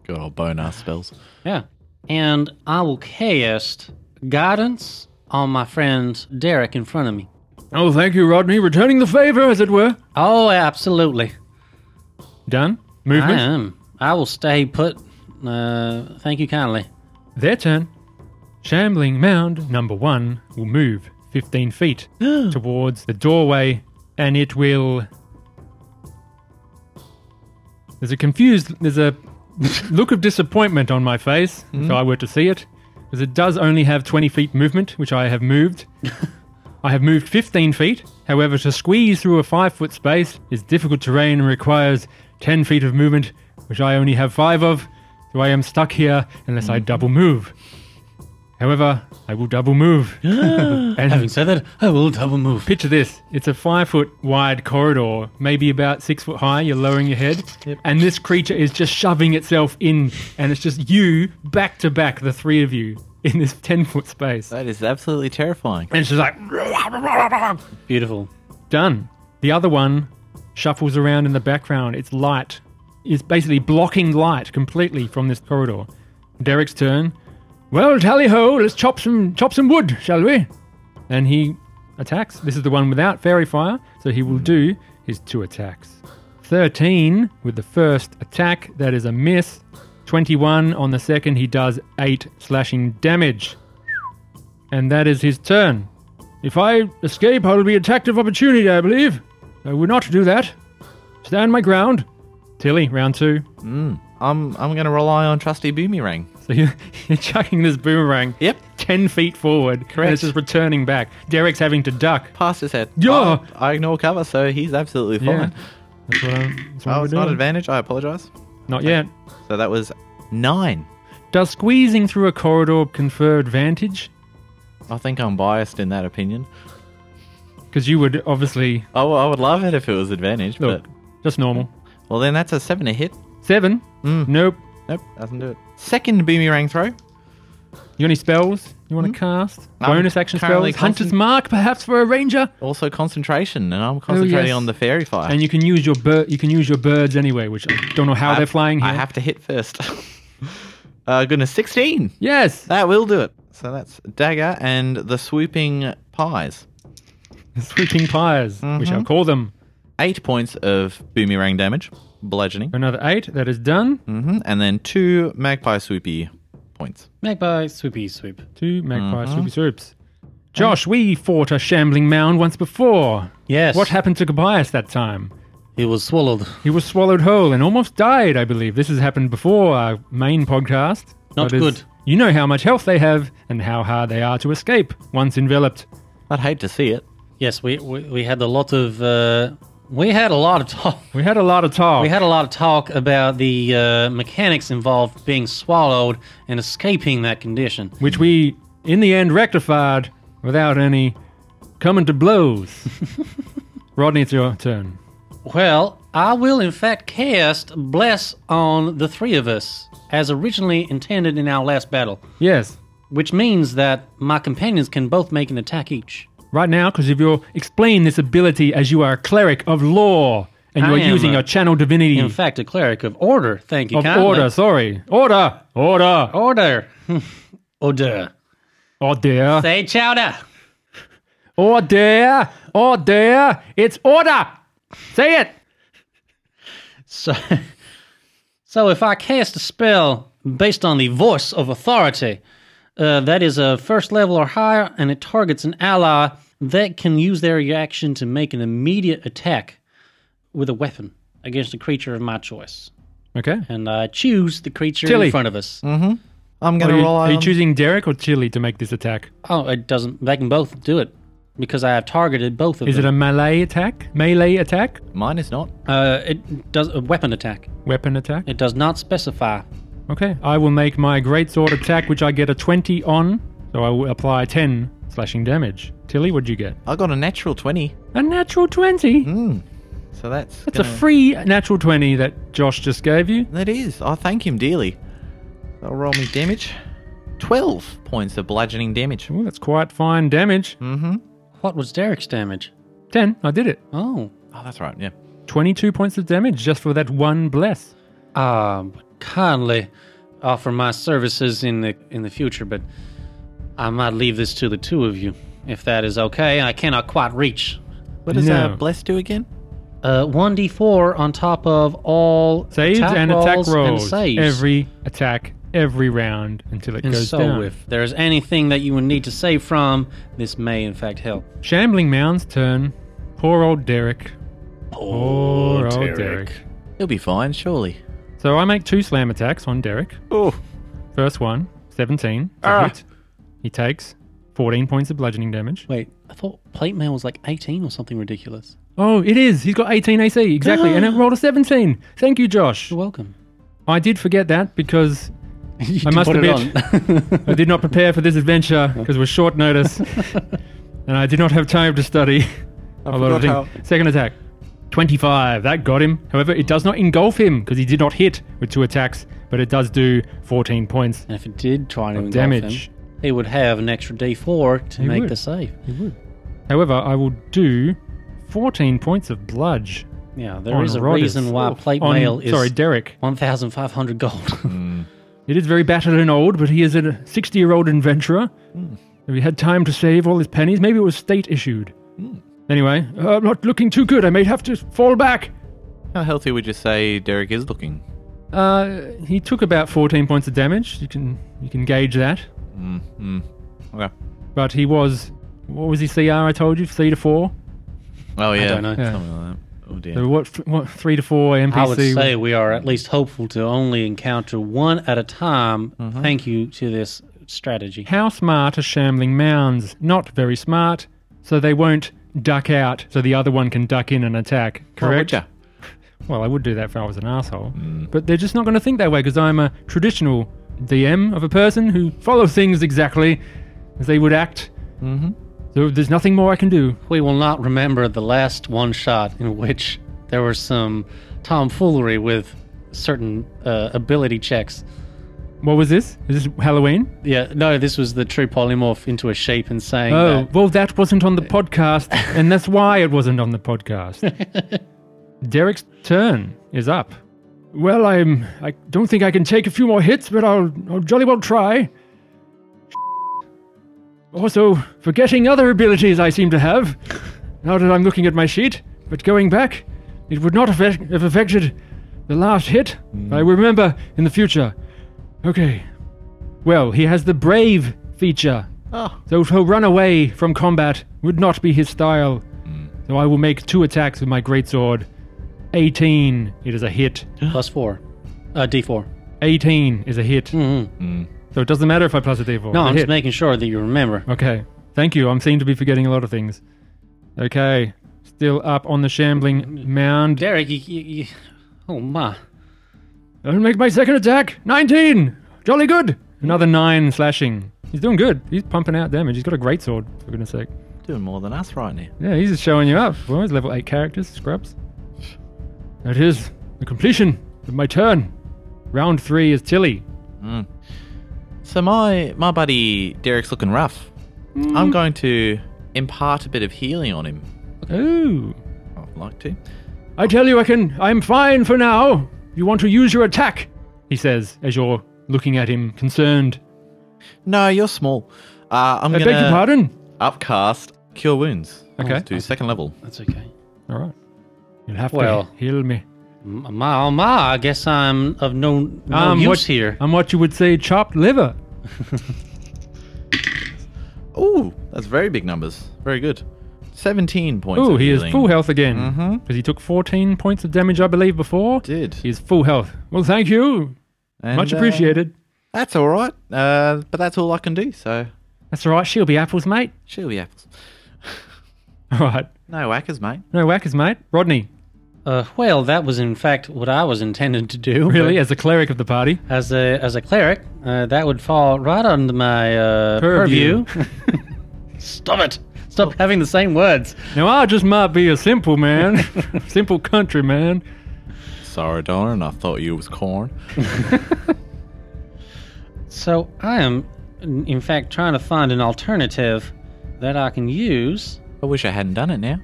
Good old bonus spells. Yeah, and I will cast guidance on my friend Derek in front of me. Oh, thank you, Rodney. Returning the favor, as it were. Oh, absolutely. Done. I Movement. am. I will stay put. Uh, thank you kindly. Their turn. Shambling Mound number one will move 15 feet towards the doorway and it will. There's a confused. There's a look of disappointment on my face if I were to see it, because it does only have 20 feet movement, which I have moved. I have moved 15 feet. However, to squeeze through a 5 foot space is difficult terrain and requires 10 feet of movement, which I only have 5 of, so I am stuck here unless I double move. However, I will double move. and said that, I will double move. picture this it's a 5 foot wide corridor, maybe about 6 foot high. You're lowering your head, and this creature is just shoving itself in, and it's just you back to back, the three of you, in this 10 foot space. That is absolutely terrifying. And it's just like. Beautiful. Done. The other one shuffles around in the background. It's light. It's basically blocking light completely from this corridor. Derek's turn. Well, tally ho, let's chop some chop some wood, shall we? And he attacks. This is the one without fairy fire, so he will do his two attacks. 13 with the first attack, that is a miss. 21 on the second, he does 8 slashing damage. And that is his turn. If I escape, I will be attacked of opportunity, I believe. I will not do that. Stand my ground. Tilly, round two. I'm I'm going to rely on trusty boomerang. So you're, you're chucking this boomerang Yep. 10 feet forward. Correct. And it's just returning back. Derek's having to duck. Past his head. Yeah. I, I ignore cover, so he's absolutely Yeah. fine. That's what I'm, that's what Oh, we're it's not doing. advantage. I apologize. Not yet. So that was nine. Does squeezing through a corridor confer advantage? I think I'm biased in that opinion. Because you would obviously. I, w- I would love it if it was advantage, Look, just normal. but well, then that's a seven to hit. Seven. Mm. Nope. Nope, doesn't do it. Second boomerang throw. You got any spells you want to cast? Hmm? I'm Bonus action spells? currently Hunter's concent- Mark, perhaps, for a ranger? Also concentration, and I'm concentrating Oh, yes. on the fairy fire. And you can use your bird. You can use your birds anyway, which I don't know how I- they're flying here. I have to hit first. uh, goodness, sixteen. yes, That will do it. So that's dagger and the swooping pies. sweeping pyres. We Mm-hmm. shall call them. Eight points of boomerang damage, bludgeoning, Another eight. That is done. hmm and then two magpie swoopy points. Magpie, swoopy, swoop. Two magpie Mm-hmm. swoopy swoops. Josh, we fought a shambling mound once before. Yes. What happened to Gobias that time? He was swallowed. He was swallowed whole and almost died, I believe. This has happened before our main podcast. Not But it's- good. You know how much health they have and how hard they are to escape once enveloped. I'd hate to see it. Yes, we, we, we had a lot of. Uh, we had a lot of talk. We had a lot of talk. We had a lot of talk about the uh, mechanics involved being swallowed and escaping that condition. which we in the end rectified without any coming to blows. Rodney, it's your turn. Well, I will in fact cast Bless on the three of us, as originally intended in our last battle, Yes, which means that my companions can both make an attack each. right now, because if you'll explain this ability as you are a cleric of law and you I are am using a- your channel divinity In fact, a cleric of order. Thank you Hmm. of kindly. order, sorry, order, order, Order. order. order, Say chowder. order, order. It's order. Say it. So, so if I cast a spell based on the voice of authority, uh, that is a first level or higher, and it targets an ally that can use their reaction to make an immediate attack with a weapon against a creature of my choice. Okay. And I choose the creature Tilly. Hmm? in front of us. I'm Are going you, to roll are you on. choosing Derek or Chili to make this attack? Oh, it doesn't. They can both do it because I have targeted both of Is it them. a melee attack? Melee attack? Mine is not. It, uh, it does a weapon attack. Weapon attack? It does not specify. Okay, I will make my greatsword attack, which I get a 20 on, so I will apply 10 slashing damage. Tilly, what'd you get? I got a natural twenty, A natural 20? Hmm. so that's That's a gonna- free natural 20 that Josh just gave you. That is. I thank him dearly. I'll roll me damage. 12 points of bludgeoning damage. Ooh, that's quite fine damage. Hmm. What was Derek's damage? 10, I did it. Oh, Oh, that's right, yeah. 22 points of damage just for that one bless. Ah, but kindly offer my services in the in the future, but I might leave this to the two of you, if that is okay. I cannot quite reach. What does No. uh, Bless do again? Uh, 1d4 on top of all Saves attack and attack rolls. and saves. Every attack, every round until it and goes so, down. if there is anything that you would need to save from, this may in fact help. Shambling Mound's turn. Poor old Derek. Poor old Derek. He'll be fine, surely. So I make two slam attacks on Derek. Oh, First one, 17. to hit. He takes 14 points of bludgeoning damage. Wait, I thought plate mail was like 18 or something ridiculous. Oh, it is. He's got 18 AC. Exactly. and it rolled a 17. Thank you, Josh. You're welcome. I did forget that because You I must put it admit- on. I did not prepare for this adventure because it was short notice and I did not have time to study a lot of forgot things. Second attack. 25. That got him. However, it does not engulf him because he did not hit with two attacks, but it does do 14 points. and if it did try to engulf damage. him, he would have an extra d4 to He make would. the save. However, I will do 14 points of bludge. Yeah, there on is a Rodders. reason why Oh, plate on- mail is Sorry, Derek. 1,500 gold. It is very battered and old, but he is a 60 year old adventurer. Hmm. If he had time to save all his pennies, maybe it was state issued. Hmm. Anyway, uh, I'm not looking too good. I may have to fall back. How healthy would you say Derek is looking? Uh, he took about 14 points of damage. You can you can gauge that. Okay. But he was what was his CR? I told you three to four. Oh, yeah. don't know. Yeah. Something like that. Oh dear. So what? What three to four NPC? I would say we are at least hopeful to only encounter one at a time. Mm-hmm. Thank you to this strategy. How smart are shambling mounds? Not very smart, so they won't duck out, so the other one can duck in and attack. Correct. Hmm. Correct. Well, I would do that if I was an asshole, but they're just not going to think that way because I'm a traditional DM of a person who follows things exactly as they would act. Mm-hmm. So there's nothing more I can do. We will not remember the last one shot in which there was some tomfoolery with certain uh, ability checks. What was this? Is this Halloween? Yeah, no, this was the true polymorph into a shape and saying Oh, that. well, that wasn't on the podcast, and that's why it wasn't on the podcast. Derek's turn is up. Well, I'm. I don't think I can take a few more hits, but I'll, I'll jolly well try. Also, forgetting other abilities I seem to have, now that I'm looking at my sheet. But going back, it would not affect, have affected the last hit. I Hmm. remember in the future. Okay. Well, he has the brave feature. Oh. So to run away from combat would not be his style. So I will make two attacks with my greatsword. 18, it is a hit. plus four, uh, D4. 18 is a hit. Mhm. So it doesn't matter if I plus a d4. No, I'm it's a just hit. making sure that you remember. Okay. Thank you. I'm seem to be forgetting a lot of things. Okay. Still up on the shambling mound. Derek, you, you, you, oh my. I'll make my second attack. 19! Jolly good! Another 9 slashing. He's doing good. He's pumping out damage. He's got a greatsword, for goodness sake. Doing more than us right now. Yeah, he's just showing you up. Well, he's level 8 characters, scrubs. That is the completion of my turn. Round 3 is Tilly. Hmm. So my my buddy Derek's looking rough. Hmm. I'm going to impart a bit of healing on him. Ooh. I'd like to. I tell you, I can. I'm fine for now. You want to use your attack? He says, as you're looking at him, concerned. No, you're small. Uh, I'm I gonna beg your pardon? upcast cure wounds. Okay. To second level. That's okay. All right. You'll have Well. to heal me. M- My, oh my, I guess I'm of no, no use Um, what, here. I'm what you would say chopped liver. Ooh, that's very big numbers. Very good. Seventeen points. Ooh, of he is healing. full health again. Because Mhm. he took 14 points of damage, I believe, before. Did He is full health. Well, thank you. And, Much uh, appreciated. that's all right. Uh, but that's all I can do. So That's all right. She'll be apples, mate. she'll be apples. All right. No whackers, mate. No whackers, mate. Rodney, Uh, well, that was in fact what I was intended to do. really, but as the cleric of the party. As a as a cleric, uh, that would fall right under my uh, Purview. Oh. purview. Stop it! Stop having the same words. Now, I just might be a simple man, simple country man. Sorry, Darren. I thought you was corn. So I am, in in fact, trying to find an alternative that I can use. I wish I hadn't done it now.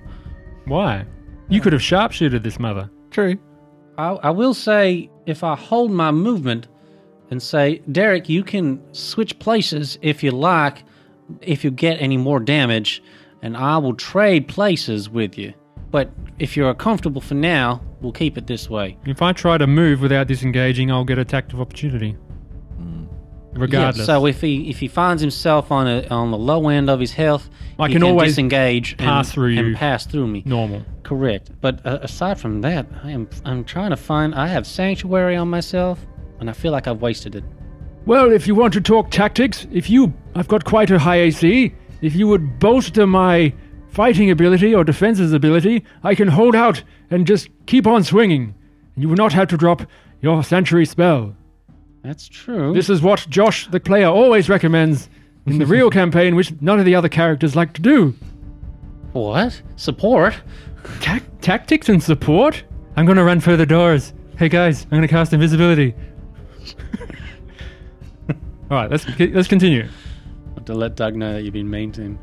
Why? You could have sharpshooted this mother. True. I, I will say, if I hold my movement and say, Derek, you can switch places if you like, if you get any more damage, and I will trade places with you. But if you're comfortable for now, we'll keep it this way. If I try to move without disengaging, I'll get attacked of opportunity. Yeah, Regardless. so if he if he finds himself on a, on the low end of his health, I he can always disengage and- pass through and you. pass through me. normal. Correct. But uh, aside from that, I am I'm trying to find. I have sanctuary on myself, and I feel like I've wasted it. Well, if you want to talk tactics, if you. I've got quite a high AC. If you would bolster my fighting ability or defenses ability, I can hold out and just keep on swinging. And you will not have to drop your sanctuary spell. That's true. This is what Josh, the player, always recommends in the real campaign, which none of the other characters like to do. what support? Tac tactics and support? I'm gonna run further doors. Hey guys, I'm gonna cast invisibility. All right, let's c- let's continue. I have to let Doug know that you've been mean to him.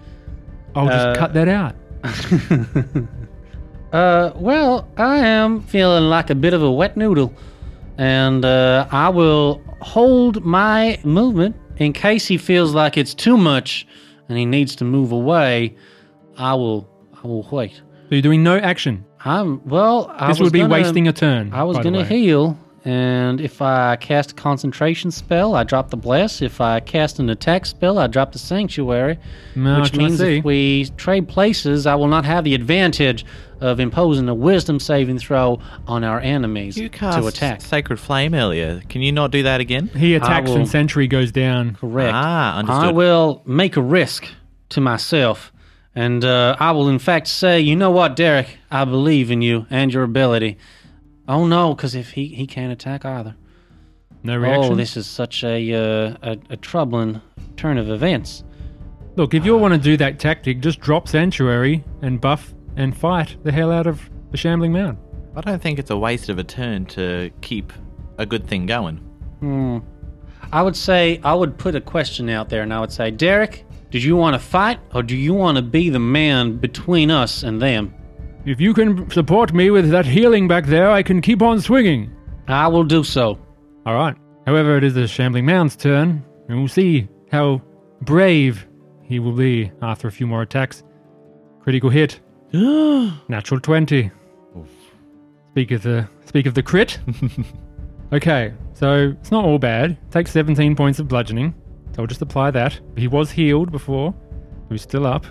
I'll just Uh, cut that out. Uh, well, I am feeling like a bit of a wet noodle, and uh, I will hold my movement in case he feels like it's too much and he needs to move away. I will. I will wait. So you're doing no action. I'm well. I This was would be gonna- wasting a turn. I was by the going to way. heal, And if I cast a concentration spell, I drop the bless. If I cast an attack spell, I drop the sanctuary. No, which I'm trying to means see. if we trade places, I will not have the advantage of imposing a wisdom saving throw on our enemies You cast to attack. Ah, Sacred Flame earlier. Can you not do that again? He attacks will- and sentry goes down. Correct. Ah, I understood. will make a risk to myself, and uh, I will, in fact, say, you know what, Derek? I believe in you and your ability. Oh no, because if he he can't attack either. No reaction. Oh, this is such a, uh, a a troubling turn of events. Look, if you want to do that tactic, just drop sanctuary and buff and fight the hell out of the shambling mound. I don't think it's a waste of a turn to keep a good thing going. Hmm. I would say I would put a question out there, and I would say, Derek, did you want to fight, or do you want to be the man between us and them? If you can support me with that healing back there, I can keep on swinging. I will do so. All right. However, it is the shambling mound's turn, and we'll see how brave he will be after a few more attacks. Critical hit, natural twenty. Speak of the speak of the crit. okay, so it's not all bad. Takes seventeen points of bludgeoning. So we'll just apply that. He was healed before. He was still up.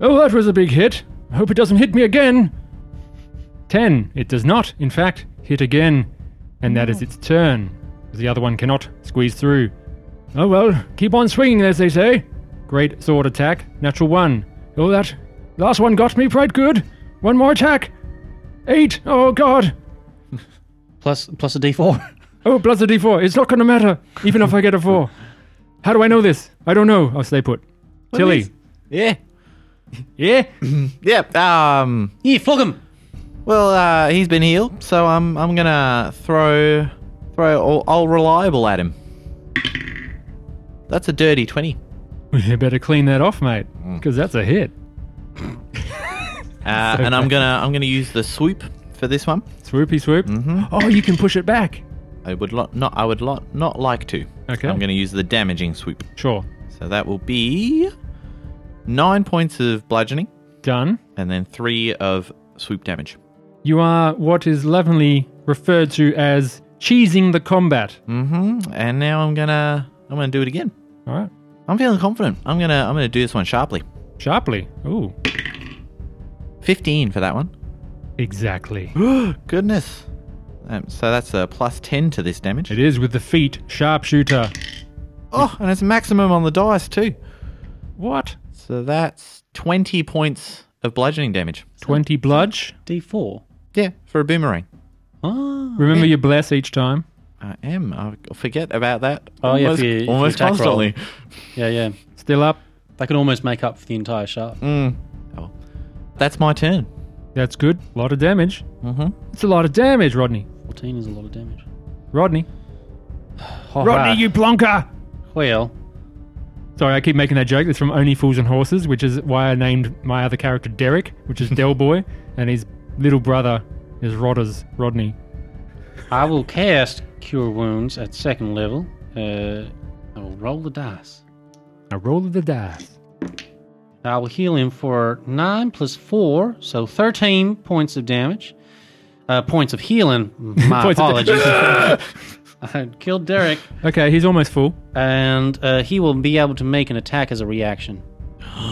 Oh, that was a big hit. I hope it doesn't hit me again. Ten. It does not, in fact, hit again. And that is its turn. The other one cannot squeeze through. Oh well, keep on swinging, as they say. Great sword attack, natural one. Oh, that last one got me quite good. One more attack. Eight. Oh god. Plus plus a D four. Oh, plus a d4. It's not gonna matter, even if I get a four. How do I know this? I don't know. I'll stay put. Tilly. Yeah. Yeah. Yep. Um. yeah, flog him. Well, uh, he's been healed, so I'm I'm gonna throw throw all, all reliable at him. That's a dirty twenty. You better clean that off, mate, because that's a hit. Uh, and I'm gonna I'm gonna use the swoop for this one. Swoopy swoop. Oh, you can push it back. I would lo- not I would lo- not like to. Okay. I'm gonna use the damaging swoop. Sure. So that will be nine points of bludgeoning Done. and then three of swoop damage. You are what is lovingly referred to as cheesing the combat. Mm-hmm. And now I'm gonna I'm gonna do it again. All right. I'm feeling confident. I'm gonna I'm gonna do this one sharply. Sharply. Ooh. Fifteen for that one. Exactly. Goodness. Um, so that's a plus 10 to this damage. It is with the feet, sharpshooter. Oh, and it's maximum on the dice too. What? So that's 20 points of bludgeoning damage. 20 bludge. D four. Yeah, for a boomerang. Ah. Remember your bless each time. I am. I forget about that. Oh, yeah, if you- if you almost attack roll. constantly. Yeah, yeah. Still up. They could almost make up for the entire shot. Mm. Oh. That's my turn. That's good. A lot of damage. Mm-hmm. It's a lot of damage, Rodney. 14 is a lot of damage. Rodney. All Oh, Rodney, right. you blonker! Well, Sorry, I keep making that joke. It's from Only Fools and Horses, which is why I named my other character Derek, which is Del Boy, and his little brother is Rodders, Rodney. I will cast Cure Wounds at second level. Uh, I will roll the dice. A roll of the dice. I will heal him for 9 plus 4, so 13 points of damage. Uh, points of healing. My Points of da- apologies. I killed Derek, Okay, he's almost full. and uh, he will be able to make an attack as a reaction.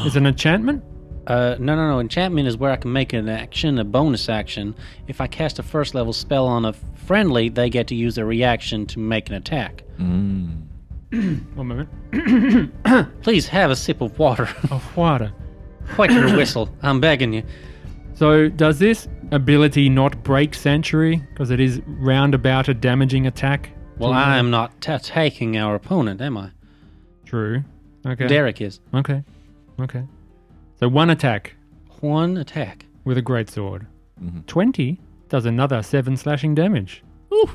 It's an enchantment. Uh, no, no, no. Enchantment is where I can make an action, a bonus action. If I cast a first level spell on a friendly, they get to use their reaction to make an attack. One moment. Please have a sip of water. Of water. Quite your whistle. I'm begging you. So, does this ability not break Sanctuary? Because it is roundabout a damaging attack. Well, Mm-hmm. uh, I am not t- taking our opponent, am I? True. Okay. Derek is. Okay. Okay. So, one attack One attack. with a greatsword. Mm-hmm. 20 does another 7 slashing damage. Ooh.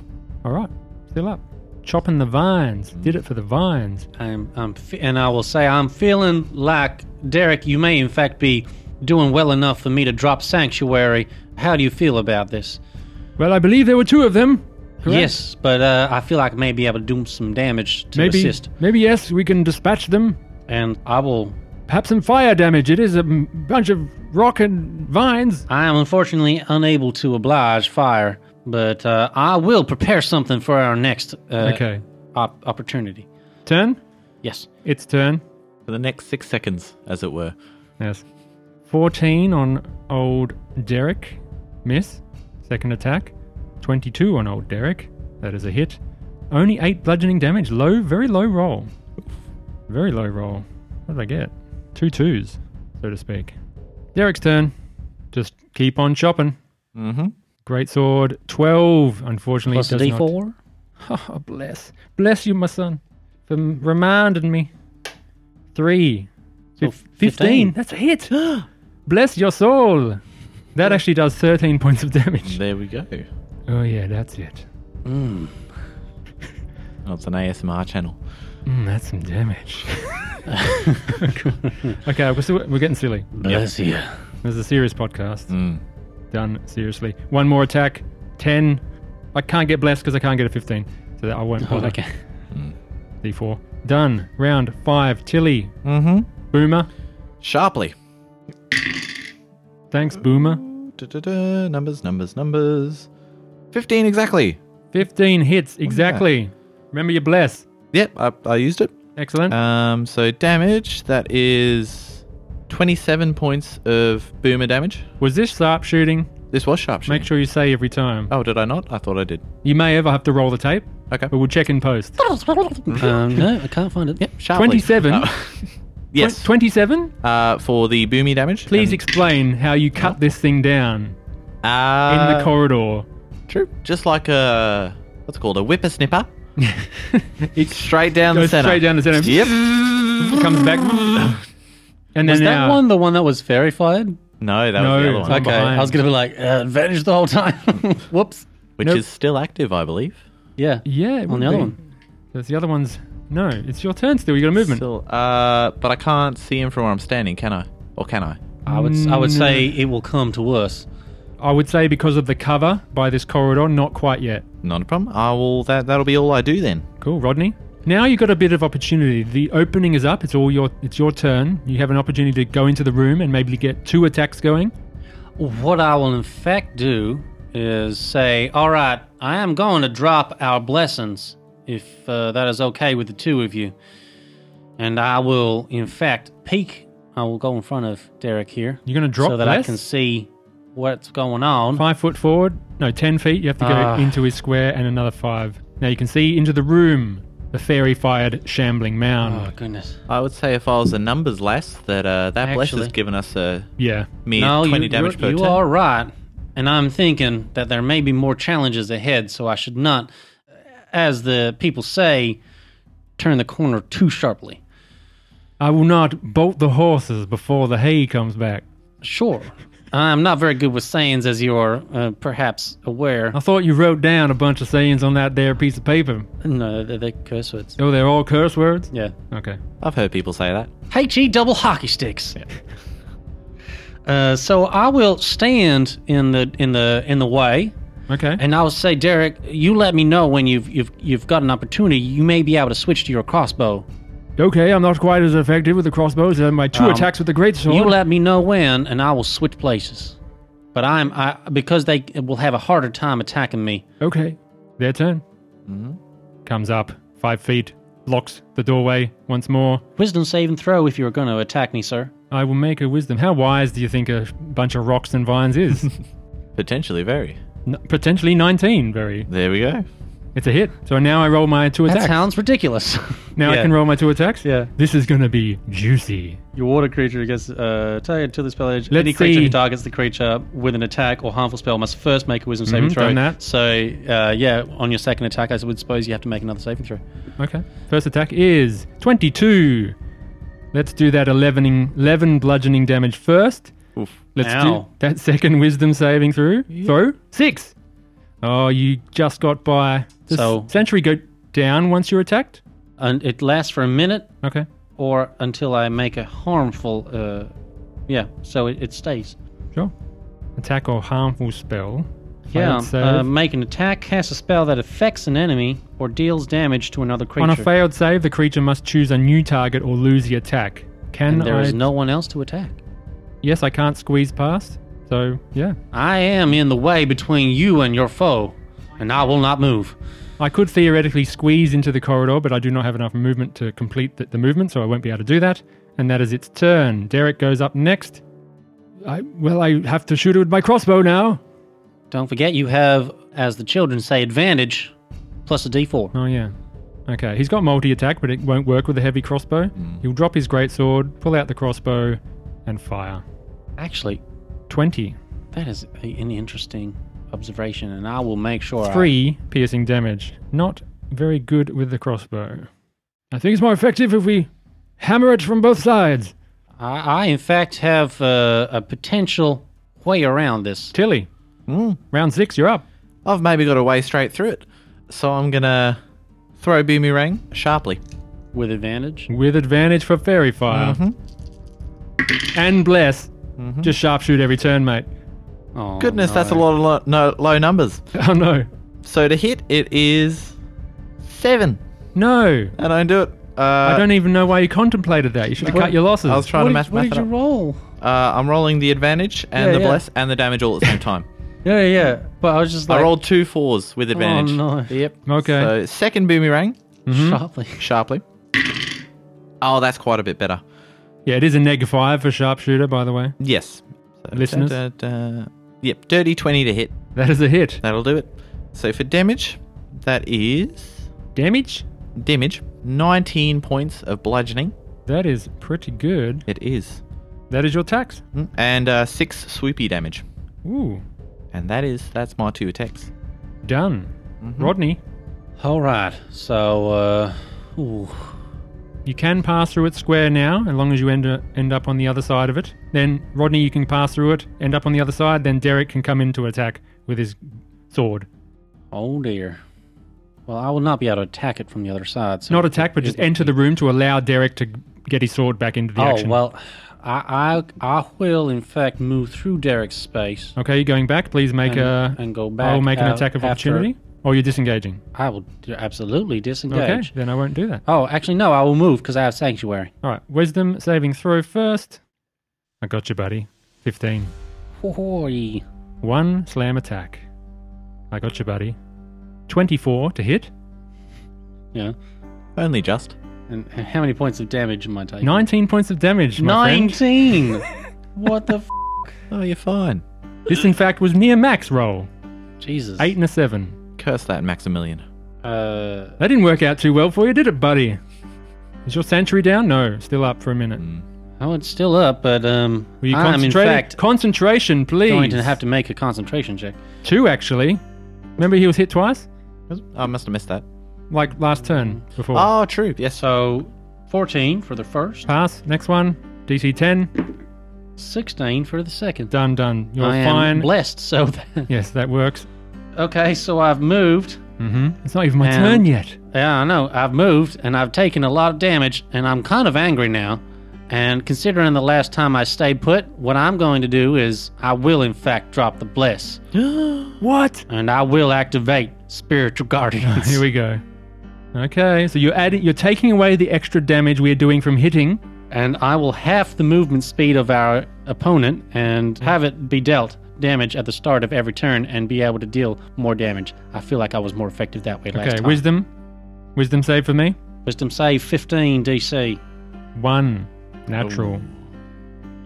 All right. Still up. Chopping the vines. Mm. Did it for the vines. I'm, I'm, fe- and I will say I'm feeling like Derek. You may in fact be doing well enough for me to drop sanctuary. How do you feel about this? Well, I believe there were two of them. correct? Yes, but uh, I feel like I may be able to do some damage to Maybe, assist. maybe yes, we can dispatch them. and I will. Perhaps some fire damage. It is a m- bunch of rock and vines. I am unfortunately unable to oblige fire, But uh, I will prepare something for our next uh, okay. op- opportunity. Turn. Yes. It's turn. For the next six seconds, as it were. Yes. 14 on old Derek. Miss. Second attack. 22 on old Derek. That is a hit. Only 8 bludgeoning damage. Low, very low roll. Very low roll. What did I get? Two twos, so to speak. Derek's turn. Just keep on chopping. Mm-hmm. Great sword. 12, unfortunately. Plus a does not- d4. Oh, bless. Bless you, my son, for m- reminding me. Three. So Fif- 15. That's a hit. bless your soul. That actually does 13 points of damage. There we go. Oh, yeah, that's it. Oh, it's an ASMR channel. Mm, that's some damage. okay, we're, still, we're getting silly. Bless you. This is a serious podcast. Mm. Done seriously. One more attack. 10. I can't get blessed because I can't get a 15. So that I won't Oh, bother. okay. D4. Done. Round 5. Tilly. Mm-hmm. Boomer. Sharply. Thanks, Boomer. Du-du-du, Numbers, numbers, numbers. 15 exactly. 15 hits, exactly. Remember your bless. Yep, I, I used it. Excellent. Uh, Um, so damage, that is 27 points of boomer damage. Was this sharpshooting? This was sharp Make sure you say every time. Oh, did I not? I thought I did. You may ever have to roll the tape, Okay. but we'll check in post. Um, no, I can't find it. Yep. Sharply. 27? Oh, yes. 27? uh, for the boomy damage. Um, Please and- explain how you uh, cut this thing down in uh, the corridor. True. Just like a what's it called a whipper snipper. It Straight down the goes center. straight down the center, Yep. comes back. And then Was that now, one the one that was fairy fired? No, that No, was the other it's one, like- Okay, I was behind. going to be like, uh, advantage the whole time. Whoops. which nope. is still active, I believe. Yeah. Yeah, it On would the other be. one. That's the other one's. No, it's your turn still. You got a movement. Still, uh, but I can't see him from where I'm standing, can I? Or can I? I would, I would say Mm. it will come to worse. I would say because of the cover by this corridor, not quite yet. Not a problem. I will. That that'll be all I do then. Cool, Rodney. Now you've got a bit of opportunity. The opening is up. It's all your. It's your turn. You have an opportunity to go into the room and maybe get two attacks going. What I will, in fact, do is say, all right, I am going to drop our blessings if uh, that is okay with the two of you. And I will, in fact, peek. I will go in front of Derek here. You're going to drop so that I less? can see what's going on. Five foot forward. No, ten feet. You have to go Ah. into his square and another five. Now you can see into the room. The fairy fired shambling mound. Oh, goodness. I would say if I was the numbers less, that uh, that bless has Actually- given us a Yeah. mere no, twenty you, damage you, per you turn. are right. And I'm thinking that there may be more challenges ahead, so I should not, as the people say, turn the corner too sharply. I will not bolt the horses before the hay comes back. Sure. I'm not very good with sayings, as you are uh, perhaps aware. I Oh. thought you wrote down a bunch of sayings on that there piece of paper. No, they're, they're curse words. Oh, they're all curse words. Yeah. Okay. I've heard people say that. HE double hockey sticks. Uh, so I will stand in the in the in the way, Okay. and I will say, Derek, you let me know when you've you've you've got an opportunity. You may be able to switch to your crossbow. Okay, I'm not quite as effective with the crossbows and my two Um, attacks with the greatsword. You let me know when, and I will switch places. But I'm I because they will have a harder time attacking me. okay, their turn. Mm-hmm. Comes up five feet, blocks the doorway once more. Wisdom save and throw if you are going to attack me, sir. I will make a wisdom. How wise do you think a bunch of rocks and vines is? Potentially very. N- potentially 19, very. There we go. It's a hit. So now I roll my two That attacks. sounds ridiculous. now I Yeah. can roll my two attacks. Yeah. This is going to be juicy. Your water creature gets uh, tied to this spell edge. Let's Any creature see. who targets the creature with an attack or harmful spell must first make a wisdom saving Mhm, throw. done that. So, uh, yeah, on your second attack, I would suppose you have to make another saving throw. Okay. First attack is 22. Let's do that 11, 11 bludgeoning damage first. Oof. Let's do Ow. that second wisdom saving through. Throw six. Oh, you just got by. Does So- sentry go down once you're attacked. And it lasts for a minute Okay. or until I make a harmful. Uh, yeah, so it, it stays. Sure. Attack or harmful spell. Yeah, Failed save. uh, make an attack, cast a spell that affects an enemy or deals damage to another creature. On a failed save, the creature must choose a new target or lose the attack. Can and there I? is no one else to attack. Yes, I can't squeeze past. So yeah, I am in the way between you and your foe, and I will not move. I could theoretically squeeze into the corridor, but I do not have enough movement to complete the, the movement, so I won't be able to do that. And that is its turn. Derek goes up next. I, well, I have to shoot it with my crossbow now. Don't forget, you have, as the children say, advantage plus a d4. Oh yeah. Okay, he's got multi attack, but it won't work with a heavy crossbow. He'll drop his greatsword, pull out the crossbow, and fire. Actually, Twenty. that is a- an interesting observation, and I will make sure. I- Three piercing damage. Not very good with the crossbow. I think it's more effective if we hammer it from both sides. I, I in fact, have uh, a potential way around this. Tilly, Mm. round six, you're up. I've maybe got a way straight through it. So I'm going to throw Boomerang sharply. With advantage? With advantage for fairy fire. Mm-hmm. And bless. Just sharpshoot every turn, mate. Oh, Goodness, no. that's a lot of lo- no, low numbers. Oh no. So to hit, it is seven. No. I don't do it. Uh, I don't even know why you contemplated that. You should have cut your losses. I was trying What did, to math, what math did it you up. roll? Uh, I'm rolling the advantage and Yeah, the yeah. bless and the damage all at the same time. Yeah, yeah. But I was just like. I rolled two fours with advantage. no. Yep. Okay. So second boomerang sharply. sharply. Oh, that's quite a bit better. yeah, it is a neg five for sharpshooter, by the way. Yes. So, Listeners? da, da, da. Yep. Dirty twenty to hit. That is a hit. That'll do it. So for damage, that is Damage? damage. Nineteen points of bludgeoning. That is pretty good. It is. That is your tax. Mm. And uh, six swoopy damage. Ooh. And that is that's my two attacks. Done. Mm-hmm. Rodney, All right. So, uh, ooh, you can pass through its square now, as long as you end, end up on the other side of it. Then, Rodney, you can pass through it, end up on the other side. Then, Derek can come in to attack with his sword. oh dear. Well, I will not be able to attack it from the other side. So Not attack, but just enter the room to allow Derek to get his sword back into the oh action. well, I, I I will in fact move through Derek's space Okay, you're going back. Please make and, a. and go back. I will make an out attack of after- opportunity. Or you're disengaging. I will d- absolutely disengage. Okay, then I won't do that. Oh, actually, no. I will move because I have sanctuary. All right, wisdom saving throw first. I got you, buddy. 15. Hoy. One slam attack. I got you, buddy. 24 to hit. Yeah. Only just. And h- how many points of damage am I taking? 19 points of damage, my friend. Nineteen. what the f- Oh, you're fine. This, in fact, was near max roll. Jesus? Eight and a seven. Curse that Maximilian. Uh, That didn't work out too well for you, did it, buddy? Is your sanctuary down? No, still up for a minute. oh, it's still up, but um, Were you I'm in concentrating? fact Concentration, please. going to have to make a concentration check. Two, actually. Remember he was hit twice? I must have missed that. Like last turn before. Oh, true. Yes. So, 14 for the first, Pass. Next one. DC 10. 16 for the second. Done, done. You're I am fine. blessed. So, that, yes, that works. okay, so I've moved. hmm It's not even my And- turn yet. Yeah, I know. I've moved and I've taken a lot of damage, and I'm kind of angry now. And considering the last time I stayed put, what I'm going to do is I will, in fact, drop the bless, What? and I will activate spiritual guardians. Here we go. Okay, so you're adding, you're taking away the extra damage we are doing from hitting. and I will half the movement speed of our opponent and Mm-hmm. have it be dealt damage at the start of every turn and be able to deal more damage. I feel like I was more effective that way last Okay, time. wisdom, wisdom save for me. Wisdom save 15 DC. One, natural. Oh.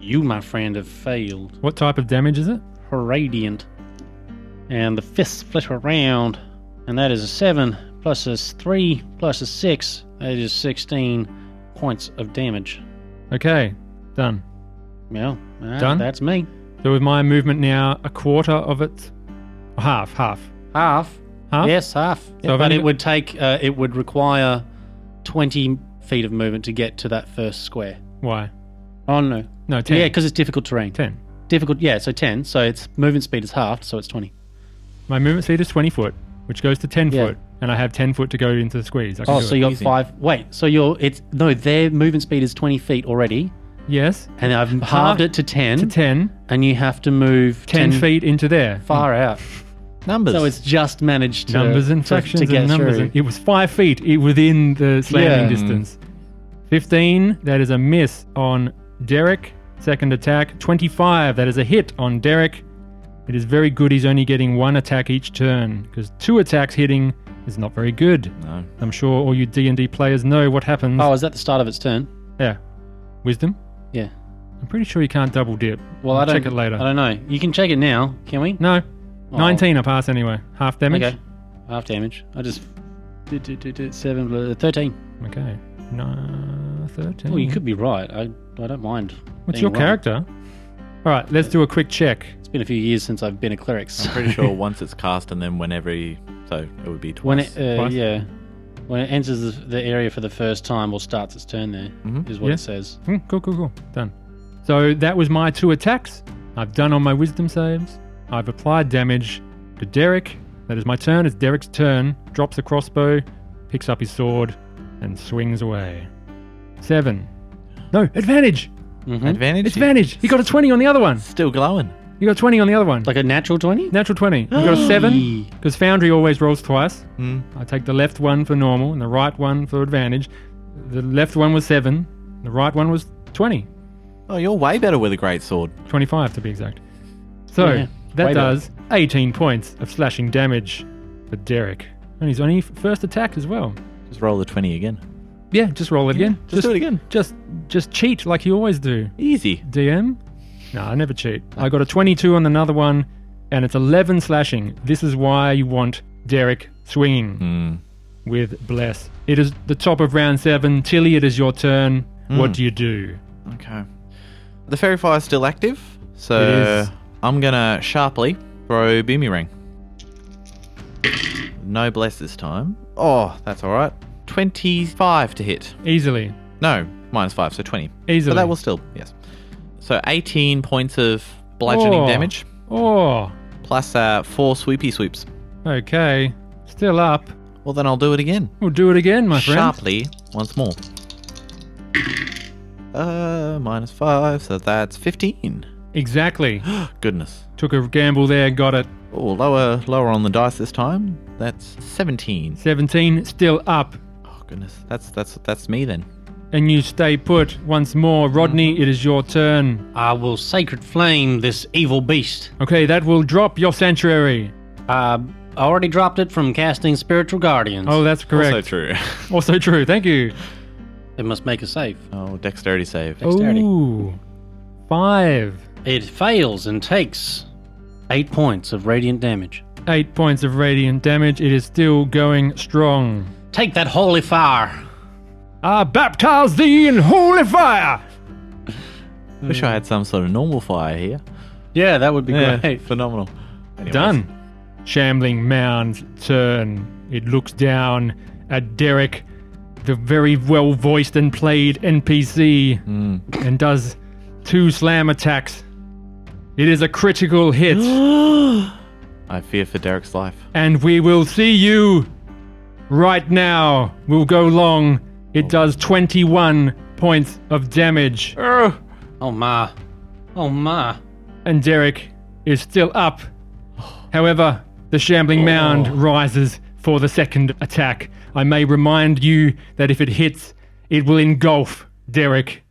You, my friend, have failed. What type of damage is it? Her radiant. And the fists flit around. And that is a 7 plus a 3 plus a 6. That is 16 points of damage. Okay, done. Well, ah, Done? that's me. So with my movement now, a quarter of it, half, half, Half. half. Yes, half. I've but only it got- would take. Uh, it would require twenty feet of movement to get to that first square. Why? Oh no. No, ten. Yeah, because it's difficult terrain. ten. Difficult. Yeah, so ten. So its movement speed is halved, so it's twenty. My movement speed is twenty foot, which goes to ten Yeah. foot, and I have ten foot to go into the squeeze. I can Oh, do so it. you got Easy. five. Wait, so you're it's no. Their movement speed is twenty feet already, yes, and I've halved it to ten, to ten. and you have to move 10, feet into there. far out. Numbers. So it's just managed to numbers and to- fractions to get and numbers. through. And it was five feet i- within the slamming Yeah. distance. Fifteen. That is a miss on Derek. Second attack, 25. That is a hit on Derek. It is very good he's only getting one attack each turn, because two attacks hitting is not very good. No. I'm sure all you D&D players know what happens. Oh, is that the start of its turn? Yeah. Wisdom? Yeah. I'm pretty sure you can't double dip. Well, I'll I don't check it later. I don't know. You can check it now, can we? No. Oh. 19 I pass anyway. Half damage. Okay. Half damage. I just did, did, did, did seven, blah, thirteen. Okay. No, 13. Well, you could be right. I, I don't mind. What's being your wrong. character? All right, let's do a quick check. It's been a few years since I've been a cleric. so- I'm pretty sure once it's cast and then whenever he. So it would be twice. when it, uh, Twice? yeah, when it enters the, the area for the first time or starts its turn, there is Mhm. what Yeah. it says. Hmm, cool, cool, cool. Done. So that was my two attacks. I've done on my wisdom saves. I've applied damage to Derek. That is my turn. It's Derek's turn. Drops a crossbow, picks up his sword, and swings away. Seven. No, advantage! Mm-hmm. Mhm. Advantage? It's advantage! He got a 20 on the other one. Still glowing. You got 20 on the other one. Like a natural twenty. Natural 20. You got a seven, Eee. because Foundry always rolls twice. Hmm. Mm. I take the left one for normal and the right one for advantage. The left one was 7, the right one was 20, Oh, you're way better with a great sword. 25 to be exact. So Yeah, that way better. does 18 points of slashing damage for Derek. And he's only first attack as well. Just roll the 20 again. Yeah, just roll it again. Just, do it again. Just, just cheat like you always do. Easy. DM? No, I never cheat. I got a 22 on another one and it's 11 slashing. This is why you want Derek swinging. Mm. with Bless. It is the top of round seven. Tilly, it is your turn. Hmm. What do you do? Okay. The fairy fire's still active, It so is. I'm gonna sharply throw boomerang. No bless this time. Oh, that's all right. Twenty-five to hit. Easily. No, minus five, so twenty. Easily. But that will still yes. So eighteen points of bludgeoning Oh. damage Oh, plus uh, four sweepy sweeps. okay. Still up. Well, then I'll do it again We'll do it again, my friend. sharply once more. Uh, minus five, so that's fifteen. Exactly. Goodness. Took a gamble there, got it. Oh, lower, lower on the dice this time. That's seventeen. 17, still up. Oh goodness, that's that's that's me then. And you stay put once more. Hmm. Rodney, it is your turn. I will sacred flame this evil beast. Okay, that will drop your sanctuary. Uh, I already dropped it from casting spiritual guardians. Oh, that's correct. Also true. Also true. Thank you. it must make a save. oh, dexterity save. Dexterity. Ooh. Five. It fails and takes eight points of radiant damage. Eight points of radiant damage. It is still going strong. Take that holy fire. I baptize thee in holy fire. Wish I had some sort of normal fire here. Yeah, that would be Hey, great. phenomenal. Anyways. Done. Shambling mound's turn. It looks down at Derek, the very well voiced and played NPC, and does two slam attacks. It is a critical hit, I fear for Derek's life. and we will see you right now. We'll go long. It does 21 points of damage. Oh my. Oh my. and Derek is still up. However, the shambling mound rises for the second attack. I may remind you that if it hits, it will engulf Derek.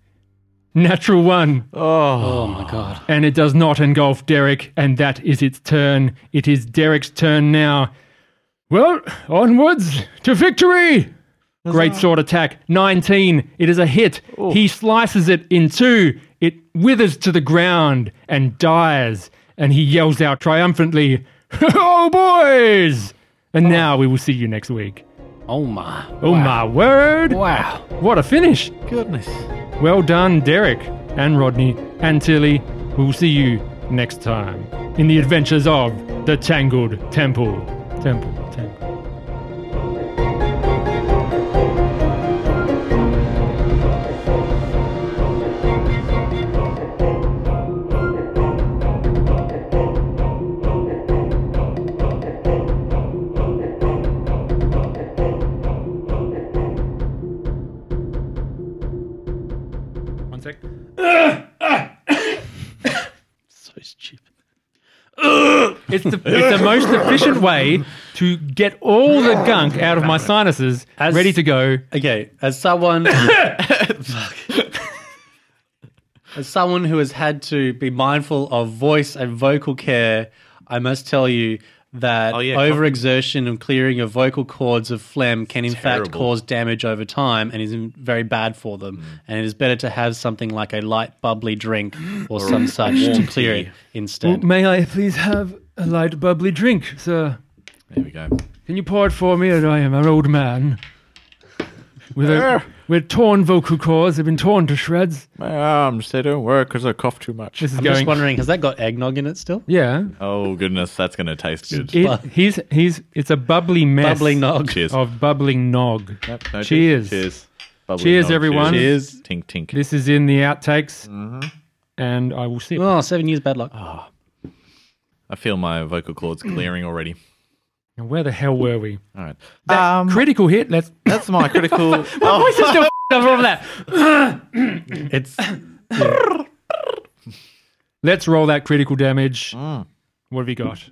Natural one, Oh my god. and it does not engulf Derek, and that is its turn. It is Derek's turn now. Well, onwards to victory! Great sword attack, 19. It is a hit. He slices it in two. It withers to the ground and dies. And he yells out triumphantly, Oh, boys! And now we will see you next week. Oh my. Oh, my word! Wow. What a finish! Goodness. Well done, Derek and Rodney and Tilly. We'll see you next time in the adventures of the Tangled Temple. Temple, Temple. One sec. So stupid. It's the, it's the most efficient way to get all the gunk out of my sinuses, ready to go. Okay, as someone As someone who has had to be mindful of voice and vocal care, I must tell you that Oh, yeah. overexertion and clearing of vocal cords of phlegm can, in fact, Terrible. Mm. cause damage over time and is in- very bad for them. And it is better to have something like a light, bubbly drink or, some such to clear it instead. May I please have a light bubbly drink, sir? There we go. Can you pour it for me? I am an old man. With, a, with torn vocal cords, they've been torn to shreds. My arms, they don't work because I cough too much. This is I'm just going. wondering, has that got eggnog in it still? yeah. Oh, goodness, that's going to taste good. It, he's, he's, it's a bubbly mess Bubbling nog. Cheers. of bubbling nog. Yep, no Cheers. Cheers. Bubbly Cheers, nog, everyone. Cheers. Tink, tink. This is in the outtakes, and I will sip. Oh, seven years bad luck. I feel my vocal cords clearing already. And where the hell were we? All right. Um, That critical hit. Let's. That's my critical. oh, Voice is still f- up from that. It's Mm. Let's roll that critical damage. What have you got?